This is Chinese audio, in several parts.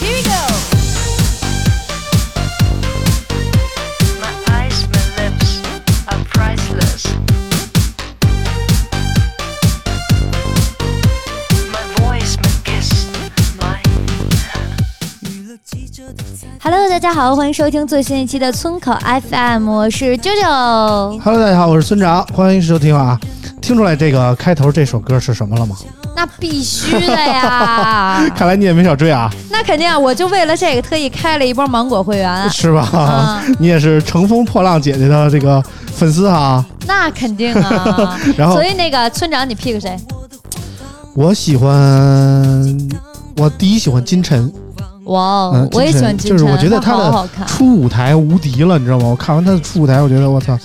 Here we go. My eyes, my lips are priceless. My voice, my kiss, my Hello，大家好，欢迎收听最新一期的村口 FM，我是 JoJo。 Hello，大家好，我是村长，欢迎收听啊！听出来这个开头这首歌是什么了吗？那必须的呀，看来你也没少追啊， 那肯定啊，我就为了这个特意开了一波芒果会员。是吧？啊，你也是乘风破浪姐姐的这个粉丝哈、那肯定啊。 然后所以那个村长，你 pick 谁？我喜欢，我第一喜欢金晨，哇嗯哦，金晨我也喜欢金就是晨，我觉得他他的好好看。初舞台无敌了，你知道吗？我看完他的初舞台，我觉得我操，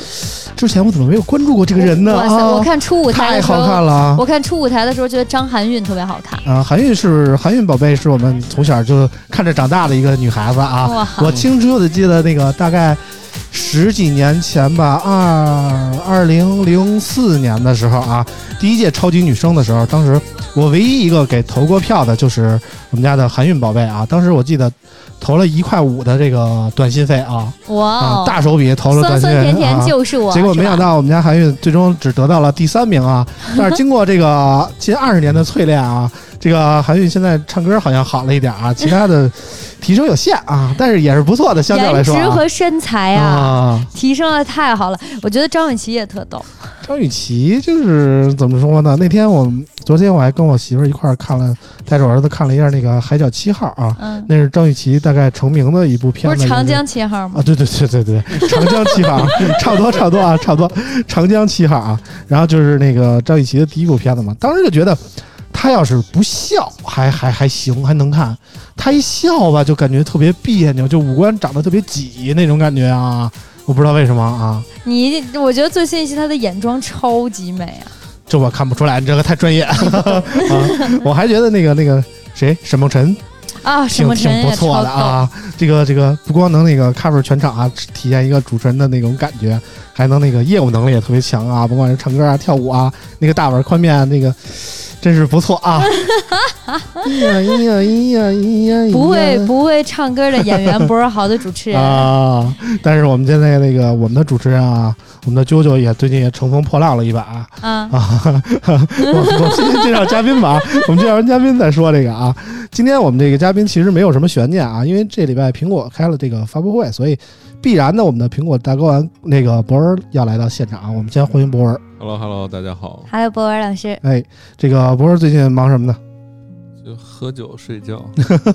之前我怎么没有关注过这个人呢？哇塞，我啊，看初舞台太的时好看候，了啊！我看初舞台的时候觉得张含韵特别好看。啊，韩韵是韩韵宝贝，是我们从小就看着长大的一个女孩子啊。哇，我清楚的记得那个大概十几年前吧，二二零零四年的时候啊，第一届超级女声的时候，当时我唯一一个给投过票的就是我们家的韩韵宝贝啊。当时我记得投了一块五的这个短信费啊，哇啊哦，大手笔投了短酸信酸费。甜甜啊就是我。结果没是吧想，到，我们家韩愈最终只得到了第三 名啊！但是经过这个近二十年的淬炼啊，这个韩愈现在唱歌好像好了一点啊，其他的提升有限啊， 但是也是不错的，相较来颜值说啊。和身材啊，啊，提升的太好了。我觉得张雨绮也特逗。张雨绮就是怎么说呢？那天我们昨天我还跟我媳妇儿一块儿看了，带着我儿子看了一下那个《海角七号》啊，嗯，那是张雨绮大概成名的一部片不子。是长也江七号吗啊，？对对对对对，长江七号，差不多差不多啊，差不多，长江七号啊。然后就是那个张雨绮的第一部片子嘛，当时就觉得她要是不笑还还还行，还能看；她一笑吧，就感觉特别别扭，就五官长得特别挤那种感觉啊。我不知道为什么啊，你一定，我觉得最新一期她的眼妆超级美啊！这我看不出来，你这个太专业 啊。我还觉得那个那个谁沈梦辰啊，沈挺梦辰挺不也错超的逗。啊，这个这个不光能那个 cover 全场啊，体现一个主持人的那种感觉，还能那个业务能力也特别强啊，甭管是唱歌啊、跳舞啊，那个大碗宽面啊那个真是不错 啊！哎呀哎呀哎呀哎呀哎呀！不会不会唱歌的演员不是好的主持人， 啊！但是我们现在那个我们的主持人啊，我们的啾啾也最近也乘风破浪了一把啊！ 嗯，啊，我我先介绍嘉宾吧，我们介绍完嘉宾再说这个啊。今天我们这个嘉宾其实没有什么悬念啊，因为这礼拜苹果开了这个发布会，所以必然呢，我们的苹果大哥完那个博文要来到现场啊。我们先欢迎博文。 h e l l o h e l l o 大家好。还有博文老师，哎，这个博文最近忙什么呢？就喝酒睡觉，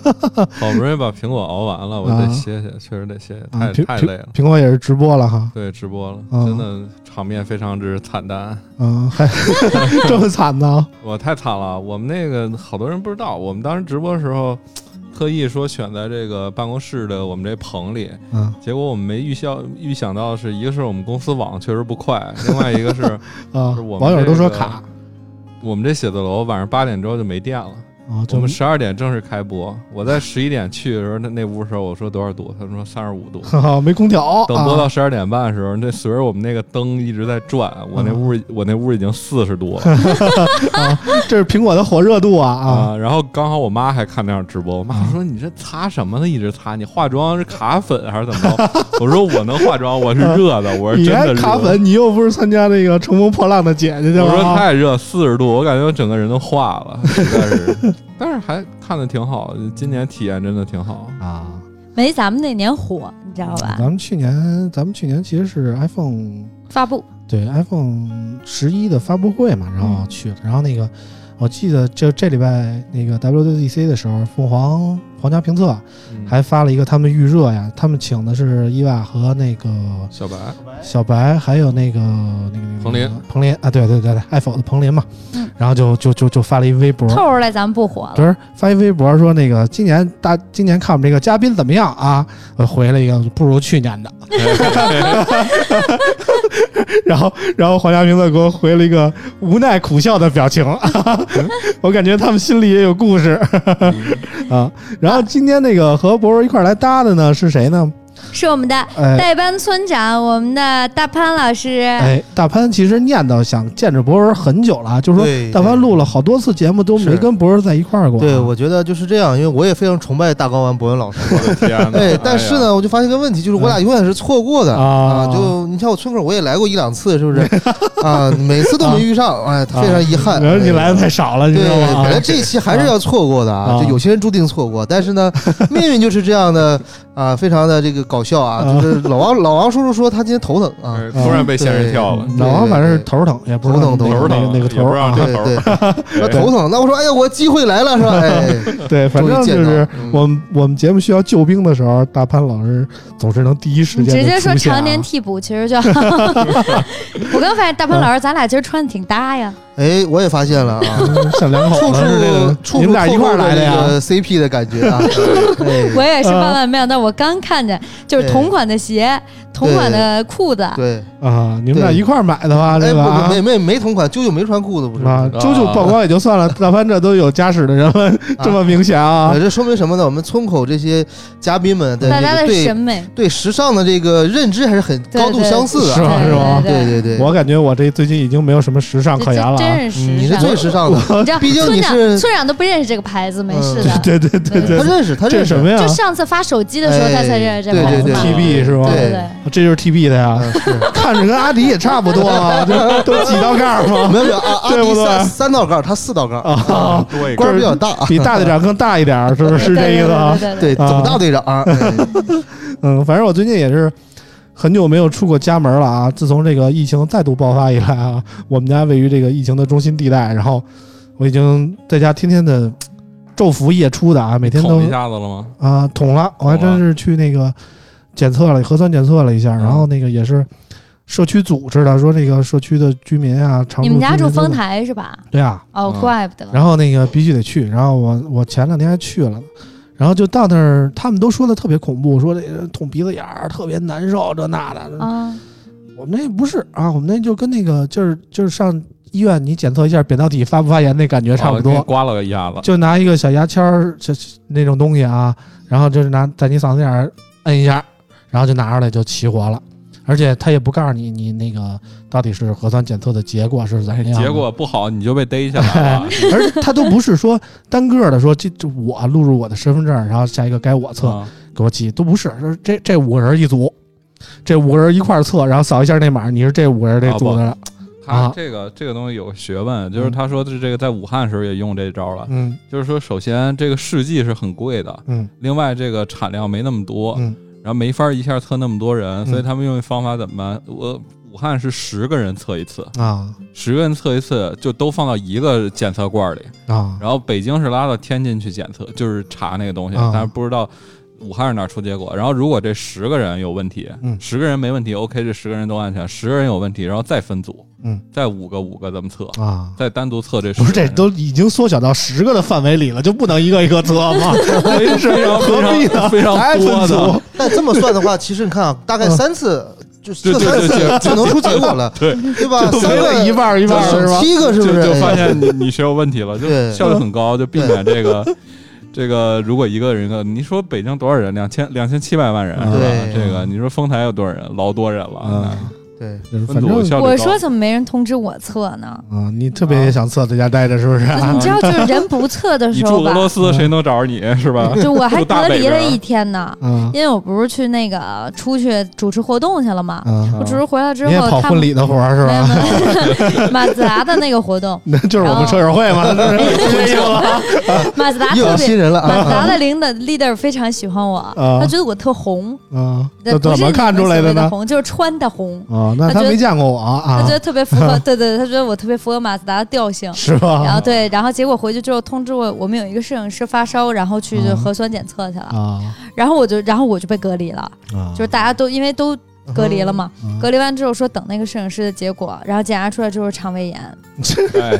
好不容易把苹果熬完了，我得啊歇歇，确实得歇歇，啊太苹太累了。苹果也是直播了哈，对，直播了，啊真的场面非常之惨淡， 嗯，还这么惨呢？我太惨了。我们那个好多人不知道，我们当时直播的时候，特意说选在这个办公室的我们这棚里，嗯结果我们没预想预想到的是，一个是我们公司网确实不快，另外一个是啊是，我们网友都说这个卡我们这写字楼晚上八点之后就没电了。啊，我这么 们十二点正式开播，我在十一点去的时候，那那屋的时候我说多少度，他们说三十五度。哈哦哈没空调，等播到啊十二点半的时候，那随着我们那个灯一直在转，我那屋我那屋已经四十度了这是苹果的火热度啊啊啊！然后刚好我妈还看那场直播，我妈说：“你这擦什么呢？一直擦，你化妆是卡粉还是怎么着？” 我说：“我能化妆，我是热的，我 是你真的还热。”卡粉，你又不是参加那个《乘风破浪的姐姐》去了我啊？说太热，四十度，我感觉我整个人都化了，实在是。但是还看的挺好，今年体验真的挺好。啊，没咱们那年火，你知道吧咱？们去年，咱们去年其实是 iPhone 发布对 iPhone 十一的发布会嘛，然后嗯去的，然后那个我记得就这礼拜那个 WWDC 的时候，凤凰皇家评测嗯还发了一个他们预热呀，他们请的是伊娃和那个小白，小白，还有那个那个那个彭林，彭林啊，对对对对，爱否的彭林嘛嗯，然后就就就就发了一微博，透出来咱们不火了。昨儿发一微博说那个今年大今年看我们这个嘉宾怎么样啊？我回了一个不如去年的， 然后然后黄家明乐给我回了一个无奈苦笑的表情， 我感觉他们心里也有故事啊。然后今天那个和博文一块儿来搭的呢是谁呢？是我们的哎代班村长，我们的大潘老师。哎，大潘其实念叨想见着博文很久了，啊就是说对大潘录了好多次节目都没是跟博文在一块儿过。啊对，我觉得就是这样，因为我也非常崇拜大高丸博文老师。 我的天哪！ 对，但哎是呢，我就发现个问题，就是我俩永远是错过的哎嗯啊啊！就你像我村口，我也来过一两次，是不是？啊，每次都没遇上，哎，非常遗憾。然后你哎啊来的太少了，你知对，道吗？本来这一期还是要错过的啊啊，就有些人注定错过，但 是呢，命运就是这样的啊，非常的这个搞笑啊，啊就是老王老王叔叔说他今天头疼啊，哎突然被仙人跳了，嗯老王反正是头儿疼，也不知道头疼那个那个那个头疼也头不儿知道啊，这对头 对，说哎头疼，那我说哎呀，我机会来了是吧？哎，对，反正就终于见是到了嗯我们我们节目需要救兵的时候，大潘老师总是能第一时你间嗯直地接说出现啊常年替补，其实就 好。我刚发现大潘老师，咱俩今儿穿的挺搭呀。哎，我也发现了啊，嗯像两口处子处似的，处处你们俩一块儿来的透露呀？着这个，CP 的感觉 啊，我哎也是万万没想到，我刚看见就是同款的鞋，同款的裤子，对，啊，你们俩对一块儿买的吧？哎这个不啊不没没没同款，舅舅没穿裤子不是啊，吗？啾啾曝光也就算了，大潘这都有家室的人了， 这么明显啊啊，？这说明什么呢？我们村口这些嘉宾们的大家的这个对审美对时尚的这个认知还是很对高度相似的，是吧对是吧对对对，嗯我感觉我这最近已经没有什么时尚这可言了这啊。真是你时是尚。最时尚的，你知道，毕竟村你长是村长都不认识这个牌子，没事嗯的。 对对对他对，认识他这认识什么呀就上次发手机的时候，哎他才认识这对牌对子对嘛。 ？TB 是吗？对对这就是 TB 的呀，嗯 是看着跟阿迪也差不 多啊，这都几道杠嘛。没有没有啊，阿对不迪对三三道杠，他四道杠，啊， 多一个官儿比较大，比大队长更大一点儿，是不是是 对这意思啊？对对对对，啊总大队长， 哎嗯，反正我最近也是很久没有出过家门了啊。自从这个疫情再度爆发以来啊，我们家位于这个疫情的中心地带，然后我已经在家天天的昼伏夜出的啊，每天都捅一下子了吗？啊捅了，我还捅真了是去那个检测了核酸检测了一下，然后那个也是社区组织的，说这个社区的居民啊，常你们住家居住民都丰得台是吧？对啊，哦，嗯怪不得。然后那个必须得去，然后我我前两天还去了呢，然后就到那儿，他们都说的特别恐怖，说这个捅鼻子眼儿特别难受，这那的。啊，我们那不是啊，我们那就跟那个就是就是上医院你检测一下扁桃体发不发炎那感觉差不哦给多，刮了一下子，就拿一个小牙签儿这那种东西啊，然后就是拿在你嗓子眼儿摁一下，然后就拿出来就齐活了。而且他也不告诉你，你那个到底是核酸检测的结果是怎么样的。结果不好，你就被逮下来了。 而他都不是说单个的说这这我录入我的身份证，然后下一个该我测、啊给我记，都不是，是这这五个人一组，这五个人一块儿测，然后扫一下那码，你是这五个人这组啊的了，他这个这个东西有个学问，就是他说的是这个在武汉时候也用这招了，嗯就是说首先这个试剂是很贵的，嗯另外这个产量没那么多，嗯然后没法一下测那么多人，嗯所以他们用的方法怎么办？我武汉是十个人测一次，啊十个人测一次就都放到一个检测罐里，啊然后北京是拉到天津去检测，就是查那个东西，啊但是不知道武汉是哪儿出结果。然后如果这十个人有问题，嗯十个人没问题，OK，这十个人都安全，十个人有问题，然后再分组，嗯，再五个五个这么测，啊！再单独测这十不个是，这人都已经缩小到十个的范围里了，就不能一个一个测 吗？非常何必非呢常非还常分多的。组？啊但这么算的话，其实你看啊，大嗯概三次就对测对三对次对就能出结果了，对对吧？就没三了个一半儿一半儿是吧？七个是就不是？就发哎现你你学有问题了，就对效率很高，就避免这个这个。如果一个人一个，你说北京多少人？两千两千七百万人是吧？对这个你说丰台有多少人？老多人了。对，嗯，啊分反组正效率高。我说怎么没人通知我测呢？啊，你特别也想测，在家待着是不是？你知道，就是人不测的你时住候俄吧，罗斯，谁能找着嗯你 是吧？就我还住大隔北离了边一天呢，啊因为我不是去那个出去主持活动去了嘛。啊！我主持回来之你也后，跑他婚们礼的活儿是没有吧？没 有马自达的那个活动，那就是我们车友会 嘛，那就是这意思吗马自达又特有别新，人了马自啊！达的领导 leader 非常喜欢我，嗯啊他觉得我特红，啊，对不那怎是么你看们出来所的谓的呢？红，就是穿的红。啊，那他他觉得没见过我他啊啊觉，得特别符 合，对对，对他觉得我特别符合马自达的调性。是吧？ 然后对，然后结果回去之后通知我，我们有一个摄影师发烧，然后去啊就核酸检测去了。啊然后我就，然后我就被隔离了，啊，就是大家都因为都隔离了嘛。嗯隔离完之后说等那个摄影师的结果，然后检查出来就是肠胃炎。哎，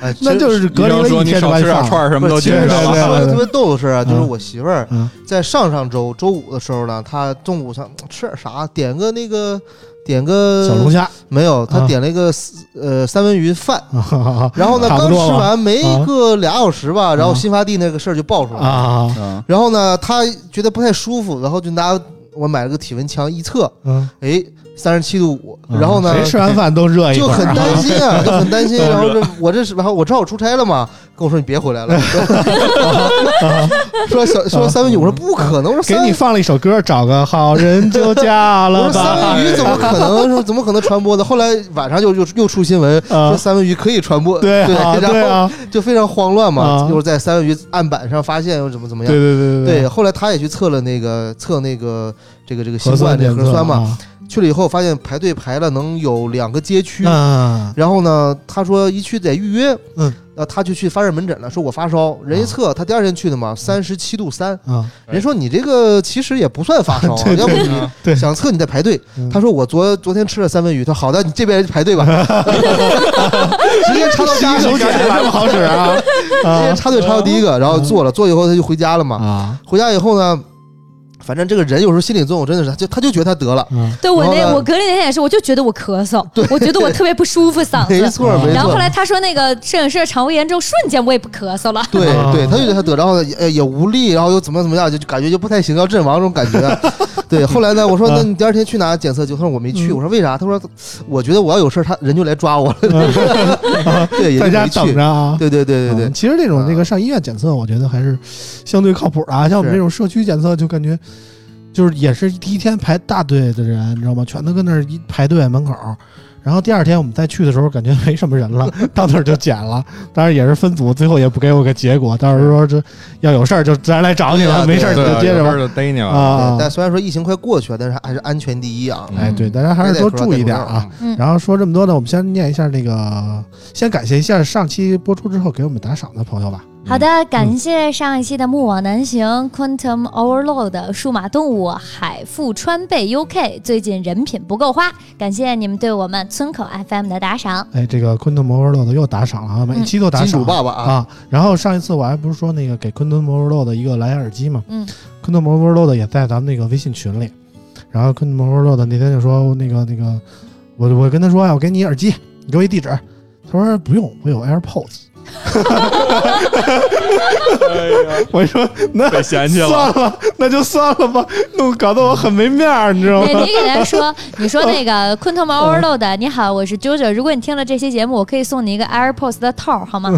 哎，那是。就是隔离了医生说一你天就少把吃放点了串儿什么不都是解进其决实去对说对了。的对特别逗的事儿啊，就是我媳妇儿嗯在上上周周五的时候呢，她中午上吃点啥？点个那个，点个呃小龙 虾，没有，啊她点了一个四呃三文鱼饭。啊然后呢，差不刚多吃吧完没个俩小时吧，然后啊新发地那个事儿就爆出来了。啊，嗯，然后呢，她觉得不太舒服，然后就拿我买了个体温枪一测，嗯，哎，三十七度五。嗯然后呢谁，吃完饭都热一就会儿很啊担心啊，就 很担心。都是然后这我这是，然后我正好出差了嘛，跟我说你别回来了。 说小说三文鱼，我说不可能，我说给三你放了一首歌，找个好人就嫁我了说三 吧。哎文鱼怎么可能说怎么可能传播的？后来晚上又又又出新闻啊说三文鱼可以传播，对啊，对 然后啊，就非常慌乱嘛啊，就是在三文鱼案板上发现又怎么怎么对样。对对对，后来他也去测了那个测那个这个这个新核酸冠这个检测核酸嘛，啊去了以后发现排队排了能有两个街区，嗯然后呢，他说一去得预约，嗯，呃，他就去发热门诊了，说我发烧，人一测，他第二天去的嘛，三十七度三，啊，人说你这个其实也不算发烧啊，对要不对嗯你对 想测你得排队嗯。他说我昨昨天吃了三文鱼，他说好的，你这边排队吧， 手直接插到第一手指，检直来不好使啊 接啊插队插到第一个，然后做了，做以后他就回家了嘛，啊回家以后呢。反正这个人有时候心理作用真的是，他就他就觉得他得了， 啊！对我然后那呢我隔离那天也是，我就觉得我咳嗽，我觉得我特别不舒服嗯嗓没子。错没错。然后后来他说那个摄影师的肠胃炎之后，瞬间我也不咳嗽了。对啊对，他就觉得他得，然后呢也呃也无力，然后又怎么怎么样，就就感觉就不太行，要阵亡这种感觉。对，后来呢，我说啊那你第二天去哪检测去？他说我没去。嗯我说为啥？他说我觉得我要有事儿，他人就来抓我了。 对，也就在家没去等。着啊。对对对对嗯对，其实这种啊这个上医院检测，我觉得还是相对靠谱的啊。像我们是这种社区检测，就感觉就是也是第一天排大队的人，你知道吗？全都跟那儿一排队门口。然后第二天我们再去的时候，感觉没什么人了，到那儿就检了。当然也是分组，最后也不给我个结果。到时候说这要有事儿就自然来找你了，对没事儿你对就啊，接着有事吧儿。就逮你了。啊，但虽然说疫情快过去了，但是还是安全第一啊。哎，对，大家还是多注意点啊。嗯然后说这么多呢，我们先念一下那个，先感谢一下上期播出之后给我们打赏的朋友吧。好的，感谢上一期的《木网南行》Quantum Overload、数码动物、海富川贝 UK，最近人品不够花，感谢你们对我们村口 FM 的打 赏。哎，这个昆顿摩尔洛的又打赏了啊，每期都打金赏主爸爸啊啊，然后上一次我还不是说那个给昆顿摩尔洛的一个蓝牙耳机嘛，嗯，昆顿摩尔洛的也在咱们那个微信群里，然后昆顿摩尔洛的那天就说那个那个，我我跟他说呀、啊我给你耳机，你给我一地址，他说不用，我有 AirPods。我一说那被哎嫌弃了算了，那就算了吧，弄搞得我很没面儿，你知道吗对，？你给他说，你说那个 Quantum Overload，你好，我是 JoJo，如果你听了这期节目，我可以送你一个 AirPods 的套儿，好吗？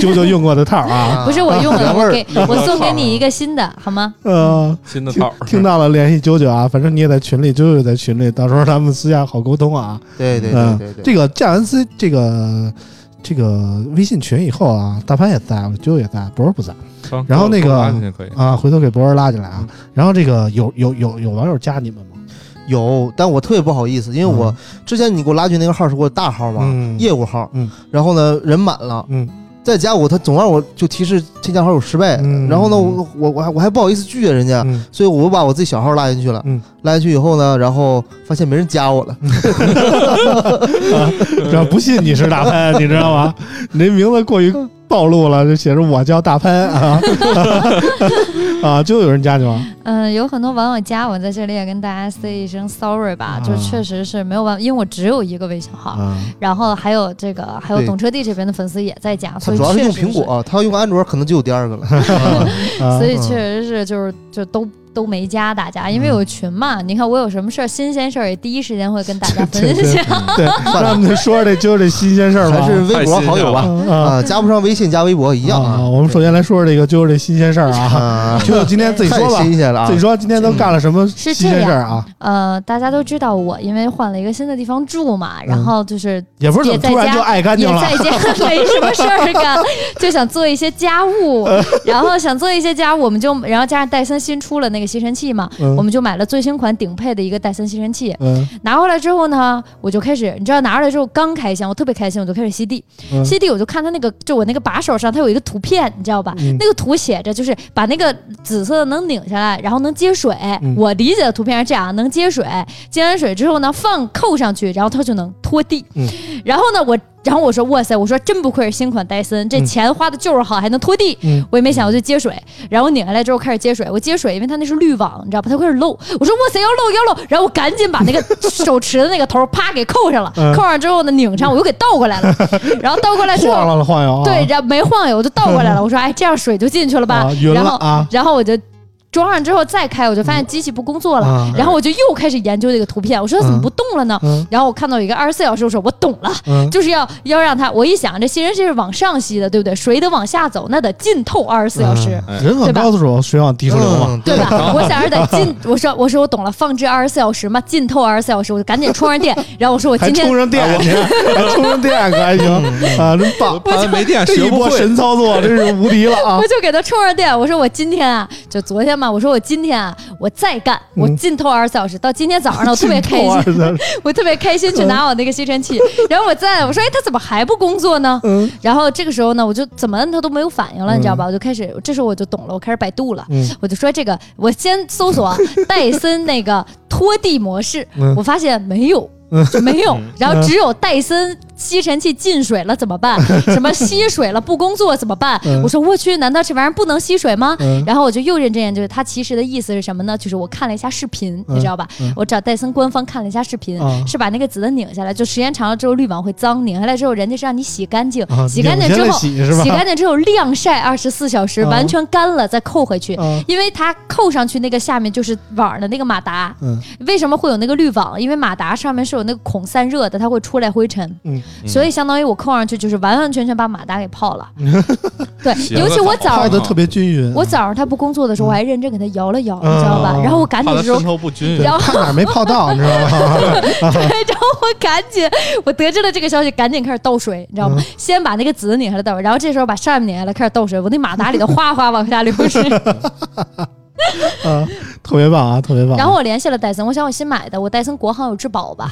啾啾用过的套儿 啊，啊哎不是我用的，原味我儿啊给我送给你一个新的，好吗？呃，新的听套儿听到了，联系九九啊，反正你也在群里，九九也在群里，到时候咱们私下好沟通啊。对对嗯对对对，这个加完私这个这个微信群以后啊，大潘也在，九九也在，博儿不在行然后那个我拉进去可以。啊，回头给博儿拉进来啊。嗯然后这个有有有有网友加你们吗？有，但我特别不好意思，因为我嗯之前你给我拉去那个号是给我大号嘛，嗯业务号嗯，然后呢人满了，嗯再加我，他总让我就提示添加好友失败，嗯然后呢，我我我还我还不好意思拒绝人家， 嗯所以我把我自己小号拉进去了，嗯拉进去以后呢，然后发现没人加我了，主要不信你是大 潘，你知道吗？你这名字过于暴露了，就写着我叫大潘 啊啊，就有人加你吗？嗯，有很多网友加我，在这里也跟大家 say 一声 sorry 吧，就啊确实是没有办法，因为我只有一个微信号，啊，然后还有这个还有对懂车帝这边的粉丝也在加，他所以主要是确用实苹果，他要用安卓可能就有第 二个了，啊所以确实是就是就都。都没加大家，嗯因为有群嘛。你看我有什么事儿、新鲜事儿，也第一时间会跟大家 分对享。对，算让我了，们说说这就这新鲜事儿吧。还是微博好友吧，啊啊，加不上微信加微博一样啊啊，我们首先来说说这个就是这新鲜事儿 啊，啊，就今天自己说太吧，新鲜了啊自己，说今天都干了什么新是鲜事儿啊？呃，大家都知道我因为换了一个新的地方住嗯嘛，然后就是也不是怎么突然就爱干也净了在 家没什么事儿啊 干， 就想做一些家务，然后想做一些家务，我们就然后加上戴森新出了那个吸尘器嘛， 嗯我们就买了最新款顶配的一个戴森吸尘器。嗯拿回来之后呢，我就开始，你知道拿回来之后刚开箱，我特别开心，我就开始吸地，嗯吸地我就看它那个，就我那个把手上它有一个图片，你知道吧？嗯啊那个图写着就是把那个紫色的能拧下来，然后能接水。嗯我理解的图片是这样，能接水，接完水之后呢，放扣上去，然后它就能拖地。嗯然后呢，我然后我说哇塞，我说真不愧是新款戴森，这嗯钱花的就是好，还能拖地。嗯我也没想过就接水，然后拧下来之后开始接水，我接水，因为它那是滤网，你知道吧？它开始漏，我说哇塞要漏要漏，然后我赶紧把那个手持的那个头啪给扣上了，嗯扣上之后呢拧上，我又给倒过来了，然后倒过来之晃后，悠了晃悠啊，对，然后没晃悠，我就倒过来 了，我说哎这样水就进去了吧啊，匀然了后啊然后我就装上之后再开，我就发现机器不工作了，啊然后我就又开始研究这个图片，我说它怎么不动了呢？嗯然后我看到有一个二十四小时，我说我懂了，嗯就是要要让它。我一想，这吸尘器是往上吸的，对不对？水得往下走，那得浸透二十四小时。哎人往对吧高处走，水往低处流嘛。嗯对吧？我想着得浸，我说我说我懂了，放置二十四小时嘛，浸透二十四小时，我就赶紧充上电。然后我说我还今天充上电，嗯还充上电可还行啊，真棒！盘子没电这嗯学一不波会，神操作真是无敌了啊 我！就给他充上电，我说我今天啊，就昨天嘛，我说我今天啊，我再干，嗯我浸透二十四小时，到今天早上呢，我特别开啊心， 我特别开心去拿我那个吸尘 器，然后我在我说，哎，它怎么还不工作呢？嗯然后这个时候呢，我就怎么摁它都没有反应了，嗯你知道吧？我就开始，这时候我就懂了，我开始百度了，嗯我就说这个，我先搜索戴森那个拖地模式，嗯我发现没有。就没有，然后只有戴森吸尘器进水了怎么办？什么吸水了不工作怎么办嗯？我说我去，难道这玩意儿不能吸水吗？嗯然后我就又认真研究，它其实的意思是什么呢？就是我看了一下视频，嗯你知道吧嗯？我找戴森官方看了一下视频啊，是把那个紫的拧下来，就时间长了之后滤网会脏，拧下来之后人家是让你洗干净啊，洗干净之拧下后来洗是吧洗干净之后晾晒二十四小时，啊完全干了再扣回去。啊因为它扣上去那个下面就是网儿的那个马达，嗯为什么会有那个滤网？因为马达上面是有那个孔散热的，它会出来灰尘，嗯，所以相当于我扣上去就是完完全全把马达给泡 了。对，行尤其我早泡上的特别均匀。我早上它不工作的时候，我还认真给它摇了摇，嗯你知道吧嗯？然后我赶紧怕它的时候渗，透不均匀对。看哪儿没泡到，你知道吗？ 然后我赶紧，我得知了这个消息，赶紧开始倒水，你知道吗？嗯先把那个紫的拧下来倒水，然后这时候把上面拧下来开始倒水，我那马达里头哗哗往下流 水。啊，特别棒啊，特别棒。然后我联系了戴森，我想我新买的，我戴森国行有质 保吧？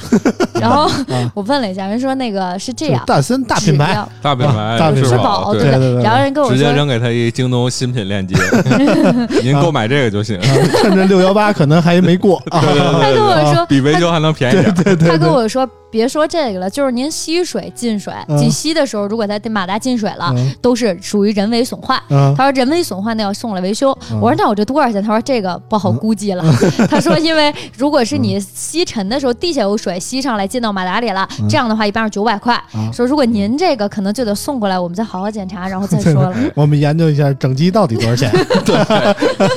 然后我问了一下，人说那个是这就样，大森大品只牌，要大品牌，啊大品质质保对不对对然后人跟我直接说扔给他一京东新品链接，您购买这个就行。啊趁着六幺八可能还没过啊。对对对对他跟我说比维修还能便宜点哦儿。他跟我说别说这个了，就是您吸水进水，嗯你吸的时候如果它马达进水了，嗯都是属于人为损坏。嗯他说人为损坏那要送来维修，嗯我说那我这多少钱？他说这个不好估计了。 他说因为如果是嗯你吸尘的时候地下有水吸上来进到马达里了，嗯这样的话一般是九百块。啊说如果您这个可能就得送过来，我们再好好检查，然后再说了。我们研究一下整机到底多少 钱。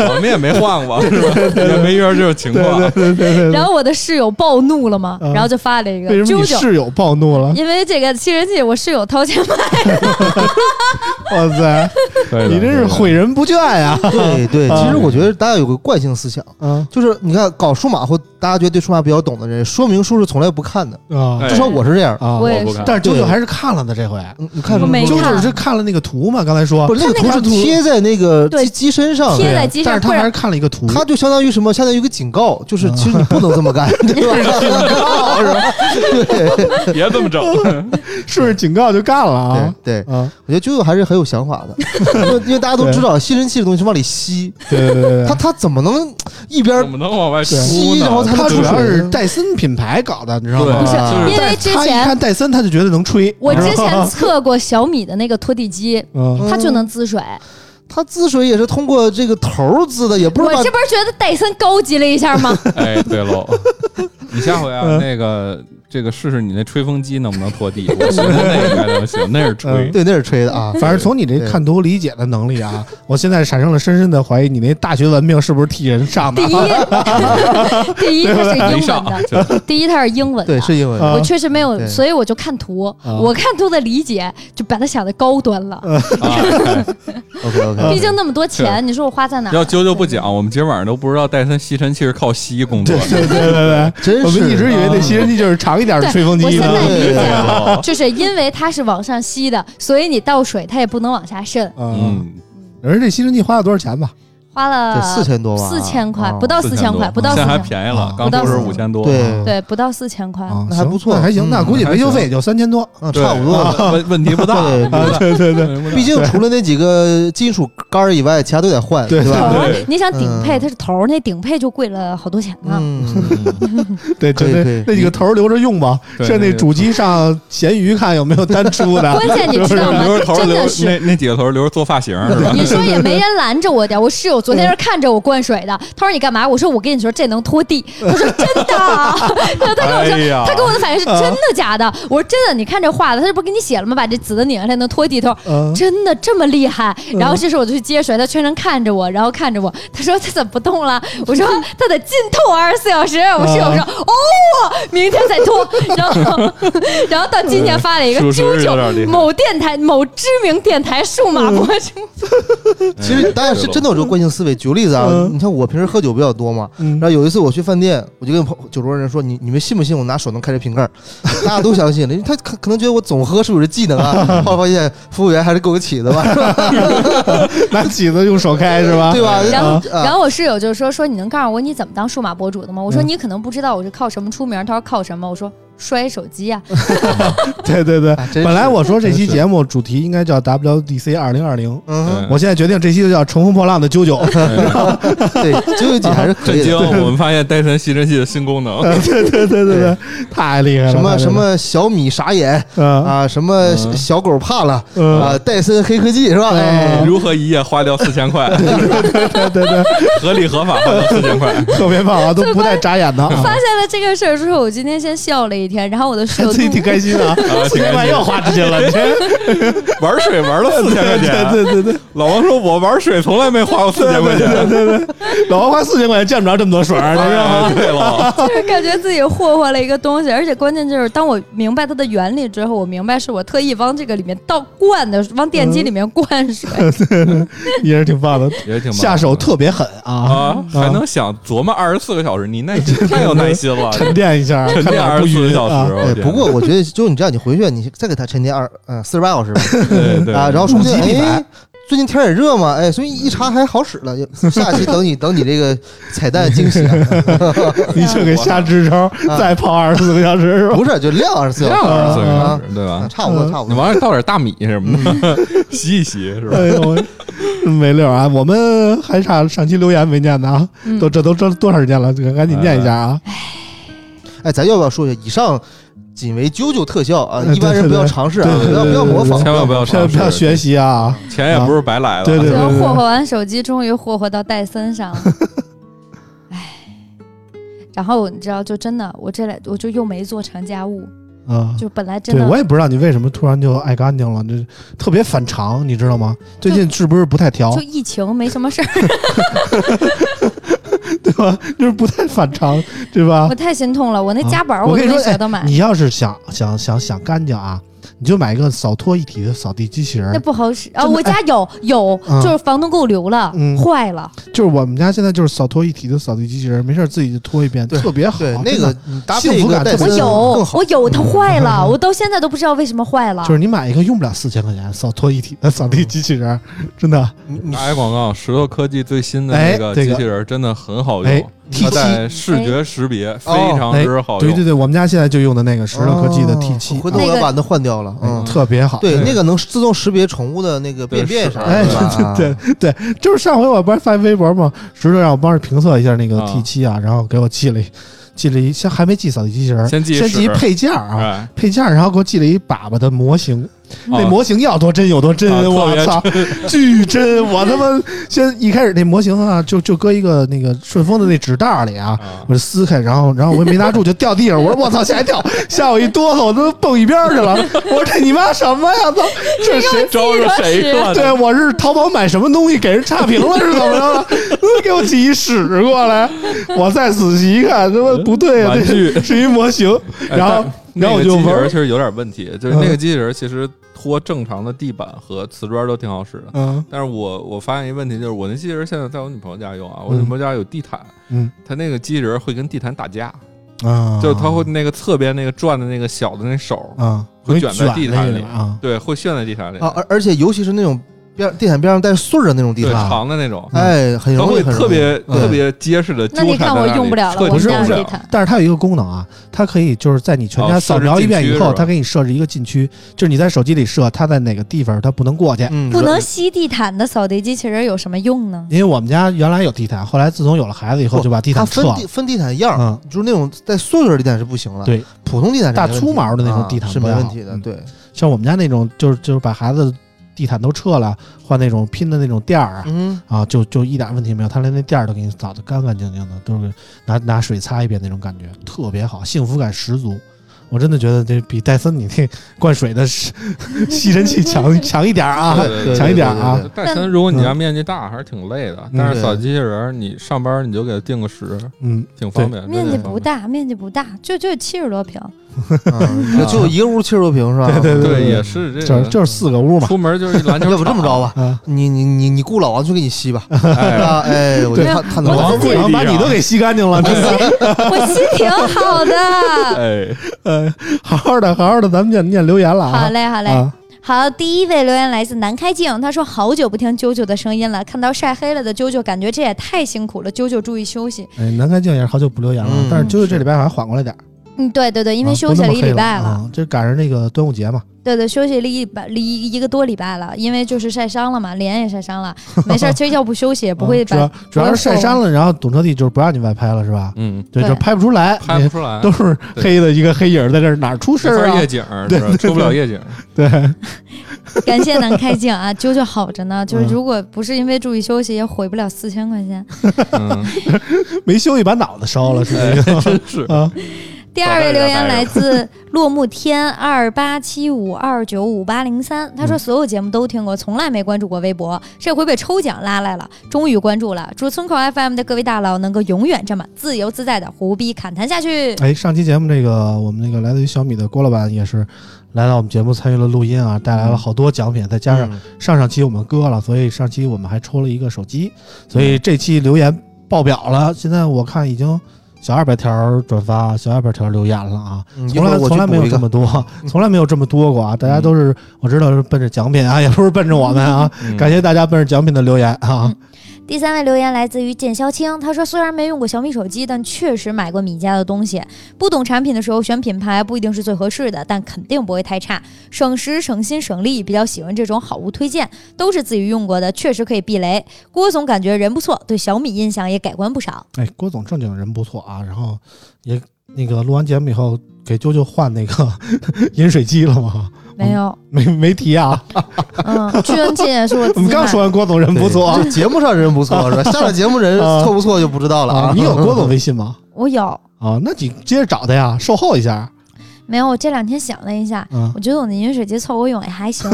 我们也没换过，是吧？也没遇到这种情对对况。对 对对。然后我的室友暴怒了嘛，嗯然后就发了一个为什么啾你啾。室友暴怒了？因为这个吸尘器，我室友掏钱买的，哇塞，对你真是毁人不倦呀！对对，啊其实我觉得大家有个惯性思想，啊就是你看搞数码或大家觉得对数码比较懂的人，说明书是从来不看的，啊哎至少我是这样。啊！我也我不是看。但是九九还是看了的，这回嗯你看我什么没书？九看九是看了那个图嘛？刚才说不是那个哦他图那是个图贴在那个对机机身上贴的，在机啊但上，是他不还是然看了一个图，它就相当于什么？相当于一个警告，嗯就是其实你不能这 么干，对吧？别这么整，顺着警告就干了啊！对，对嗯啊，我觉得啾啾还是很有 想法的，因为因为大家都知道吸尘器的东西是往里吸，对对对对它它怎么能一怎边么能往外吸出呢？然后对，它它主要出水是戴森品牌搞的，你知道对，吗？啊就是因为之他一前看戴森，他就觉得能吹。我你之知道前吗测过小米的那个拖地机，嗯，它就能滋水。它滋水也是通过这个头儿滋的，也不是我把这不是觉得戴森高级了一下吗？哎，对喽，你下回啊，那个这个试试你那吹风机能不能拖地？我觉得那应该能行，那是吹嗯。对那是吹的啊。反正从你这看图理解的能力啊， 我现在产生了深深的怀疑，你那大学文凭是不是替人上 第的一？，第一它是没英上啊文的， 第一它是英文的。对，是因为啊我确实没有，对所以我就看图，啊我看图的理解就把它想的高端 了。啊！ OK 嗯 OK，毕竟那么多钱，你说我花在哪儿？啊要啾啾不讲，我们今儿晚上都不知道戴森吸尘器是靠吸工作 对的。对对对对，真是啊我们一直以为那吸尘器就是长一点的对吹风我机现呢在。理解了， 哦就是因为它是往上吸的，所以你倒水它也不能往下渗。嗯，嗯，人家这吸尘器花了多少钱吧？花了得四千多吧，四千块啊不到四千块， 4000不到现在四还千，便宜了啊，刚说是不到五千多，对对，不到四千块。啊，那还行不错那还行，嗯那估计维修费也就三千 多。嗯对差不多。啊问问题不大，对啊对对对 毕竟除了那几个金属杆儿以外，其他都得换，对吧？对头儿，你想顶配，嗯它是头儿，那顶配就贵了好多钱呢。嗯， 对，就可以那可以那几个头儿留着用吧，对趁那那个主机上闲鱼看有没有单出的。 关键你知道吗留着？头真留的是。那那几个头留着做发型是吧？ 你说也没人拦着我点儿，我室友昨天是看着我灌水的，他说你干嘛？我说我跟你说这能拖地， 他说真的， 然后他跟我说哎呀啊他跟我的反应是真的假的，我说真的，你看这画的，他这不给你写了吗？把这紫的拧上来能拖地，他说 嗯真的这么厉害。嗯然后这时候我就去接水，他全程看着我，然后看着我，他说他怎么不动了？我说他得浸透二十四小时。我室友说嗯哦，明天再拖。 然后然后到今天发了一个属实啾是有点厉害啾嗯某电台某知名电台数码博主。其哎实大家是真的有这个惯性思维。举个例子啊，嗯你看我平时喝酒比较多嘛，嗯然后有一次我去饭店，我就跟朋酒桌人说：“你你们信不信我拿手能开这瓶盖儿？” 大家都相信了，因为他可可能觉得我总喝是不是有这技能啊？后来发现服务员还是够个起的吧，是吧拿起子用手开是吧？对吧？然后，啊然后我室友就说说你能告诉我你怎么当数码博主的吗？我说嗯你可能不知道我是靠什么出名。他说靠什么？我说摔手机啊呀、 啊对对对啊真是本来我说这期真是节目主题应该叫 WDC 二零二零，嗯哼，我现在决定这期就叫乘风破浪的啾啾。对，九九几还是可啊震以惊！的。我们发现戴森吸尘器的新功 能， 对对对对对，太厉害了！什么太厉害什么小米傻眼了啊啊，什么小嗯小狗怕了嗯啊，戴森黑科技是吧？哎，如何一夜花掉四千块，对对对，合理合法花掉四 千块，特别棒啊，都不带眨眼的啊， 发现了这个事儿之后，我今天先笑了一天，然后我的室友自己挺开心的啊，四千块又花出去了，你这玩水玩了四千块钱。对对对老王说：“我玩水从来没花过四千块钱。”对，老王花四千块钱见不着这么多水儿，你知道 吗？ 哎对了，就是 感觉自己霍霍了一个东西，而且关键就是当我明白它的原理之后，我明白是我特意往这个里面倒灌的，往电嗯机里面灌水。也是挺棒的，也挺忙下手特别狠啊，啊，还能想琢磨二十四个小时，你那太有耐心 了，沉淀一下，沉看淀哪儿二十不四个匀小时。啊。我哎天不过我觉得就你这样，你回去你再给他沉淀二嗯四十八小时吧，对对啊，然后说不定物极必反哎，最近天也热嘛，哎，所以一查还好使了。下期 等你等你这个彩蛋惊喜啊，你就给瞎支招，再泡二十四个小时是吧？不是就亮二十四这小样时二十四个小啊时，对啊，吧？差不嗯多差不你多。往上倒点大米什 么的，洗一洗是吧 哎？呦喂，真没溜儿啊！我们还差上期留言没念呢啊，都这都这多长时间了？这个赶紧念一下啊！哎，咱要不要说一下，以上仅为啾啾特效啊，哎一般人不要尝试啊，对对不要对不要对模仿，千万不不要要尝不要试，学习啊！钱也不是白来的。对对最对后霍霍完手机，终于霍霍到戴森 上了。唉，然后你知道，就真的，我这来我就又没做成家务，啊，就本来真对的我也不知道你为什么突然就爱干净了，这特别反常，你知道吗？最近是不是不太调就，疫情没什么事儿，对吧？ 就是不太反常，对吧我？太心痛了。我那啊夹板儿我都跟你没说舍得买，你要是想想想想干净啊，你就买一个扫拖一体的扫地机器人那儿。不好使啊。真的我家有有啊，就是房东给我留了嗯，坏了。就是我们家现在就是扫拖一体的扫地机器人，没事儿自己就拖一遍，对特别好。对那真个的你搭配幸一福个感戴特我森别更有好。我有，它 坏了，我到现在都不知道为什么坏了嗯就。是你买一个用不了四千块钱扫拖一体的扫地机器人儿，真的。你你打一广告，石头科技最新的哎那个这个机器人真的很好哎用， ，T 它七，在视觉识别非常之好对对用。对，我们家现在就用的那个石头科技的 T 七哦，回头我那要个把它换掉了。嗯嗯，特别好。对，对那个能自动识别宠物的那个便便啥哎的，是 吧，对对，就是上回我不是发微博嘛，石头让我帮着评测一下那个啊 T 七啊，然后给我寄了一寄了一，先还没寄扫地机器人儿，先寄先寄一屎配件儿啊，哎，配件儿，然后给我寄了一粑粑的模型，那啊模型要多真有多真，啊特我别操， 巨真！我他妈先一开始那模型啊，就就搁一个那个顺丰的那纸袋儿里啊， 啊我就撕开，然后然后我也没拿住，就掉地上，我说我操，吓一跳，吓我一哆嗦，我都蹦一边儿去了，我说这你妈什么呀？操，这谁？招着谁了？对，我是淘宝买什么东西给人差评了是怎么着了？嗯给我寄一屎过来，我再仔细一看，这不不对啊，嗯玩具这是一模型，哎然后但然后我那个就机器玩人儿嗯其实有点问题，就是那个机器人其实拖正常的地板和瓷砖都挺好使的。嗯但是我我发现一个问题，就是我那机器人现在在我女朋友家用啊，我女朋友家有地毯，嗯她那个机器人会跟地毯打架，啊，就是它会那个侧边那个转的那个小的那手，啊，会会卷在地那毯个里啊。对，会陷在地毯里哦啊，而而且尤其是那种边地毯边上带穗儿的那种地对，毯，长的那嗯种，哎，很它容会易，很容易特别嗯特别结实的。那你看我用不了了，我不们是家不的是地这毯。但是它有一个功能啊，它可以就是在你全家哦扫描一遍以设置禁区后，是吧它给你设置一个禁区，就是你在手机里设它在哪个地方它不能过去。嗯，不软能吸地毯的扫地机器人有什么用呢？因为我们家原来有地毯，后来自从有了孩子以后不就把地它毯撤分了地。分地毯样儿，嗯，就是那种带穗儿的地毯是不行了，对，普通地毯是大没问粗题毛的那种啊地毯是不没要问题的，嗯对，像我们家那种就是就是把孩子地毯都撤了，换那种拼的那种垫儿啊，嗯，啊，就就一点问题没有，他连那垫儿都给你扫得干干净净的，都是拿拿水擦一遍那种感觉，特别好，幸福感十足。我真的觉得这比戴森你那灌水的吸吸尘器 强强一点儿 啊，对对对强一点儿啊对对对对对戴森，如果你家面积大，还是挺累的。但是扫机器人儿，你上班你就给它定个时，嗯，挺方便。面积不大，大，面积不大，就就七十多平， 啊就一个屋七十多平是吧？对对对，也是这就是个。就是四个屋嘛，出门就是一篮 球场。要不这么着吧，啊，你你你你雇老王去给你吸吧， 哎，啊，哎，我觉得他他能老王帮自己老王把你都给吸干净了，真的，我心挺 好的。哎，呃，好好的，好好的，咱们念念留言了啊，好嘞，好嘞。啊，好，第一位留言来自南开静，他说：“好久不听啾啾的声音了，看到晒黑了的啾啾，感觉这也太辛苦了。啾啾注意休息。哎，南开静也是好久不留言了，啊嗯但是就是这礼拜好像缓过来点儿，”嗯，对对对，因为啊休息不那么一黑礼拜了，了，啊这赶上那个端午节嘛，对对，休息了一百一一个多礼拜了，因为就是晒伤了嘛，脸也晒 伤了，没事儿，其实要不休息也不会啊主把要主要不会是晒伤厚了，然后堵车地就是不让你外拍了，是吧？嗯，对，就对拍不出来，拍不出 来，都是黑的一个黑影儿在这儿哪儿出事没儿法 啊夜？景，是吧出不了夜景。对， 感谢南开镜啊，啾啾好着呢，就是嗯如果不是因为注意休息，也毁不了四千块钱。 嗯，没休息把脑子烧了，是哎这个真是。啊？第二位留言来自落幕天二八七五二九五八零三，他说所有节目都听过，从来没关注过微博，这回被抽奖拉来了，终于关注了。祝村口 FM 的各位大佬能够永远这么自由自在的胡逼侃谈下去。哎，上期节目这个我们那个来自于小米的郭老板也是来到我们节目参与了录音啊，带来嗯了好多奖品，再加上嗯上上期我们割了，所以上期我们还抽了一个手机，所嗯以这期留言爆表了。现在我看已经小二百条转发，小二百条留言了啊，嗯一从会来儿我从去来没补有一这个么 多，从来没有这么多过啊！大家都是我知道是奔着奖品啊，也不是奔着我们啊，嗯感谢大家奔着奖品的留言嗯啊。第三位留言来自于剑霄青，他说：“虽然没用过小米手机，但确实买过米家的东西。不懂产品的时候选品牌不一定是最合适的，但肯定不会太差。省时、省心、省力，比较喜欢这种好物推荐，都是自己用过的，确实可以避雷。郭总感觉人不错，对小米印象也改观不少。哎，郭总正经人不错啊，然后也那个录完节目以后给啾啾换那个 饮水机了吗？没有，没没提 啊，嗯，驱蚊剂也是我自我己们买刚的。说完郭总人不错啊这节目上人不错是 吧？下了节目人啊错不错就不知道了 啊，啊。你有郭总微信吗？我有，啊，那你接着找他呀，售后一下。没有。我这两天想了一下，嗯，我觉得我的饮水机凑合用也还行。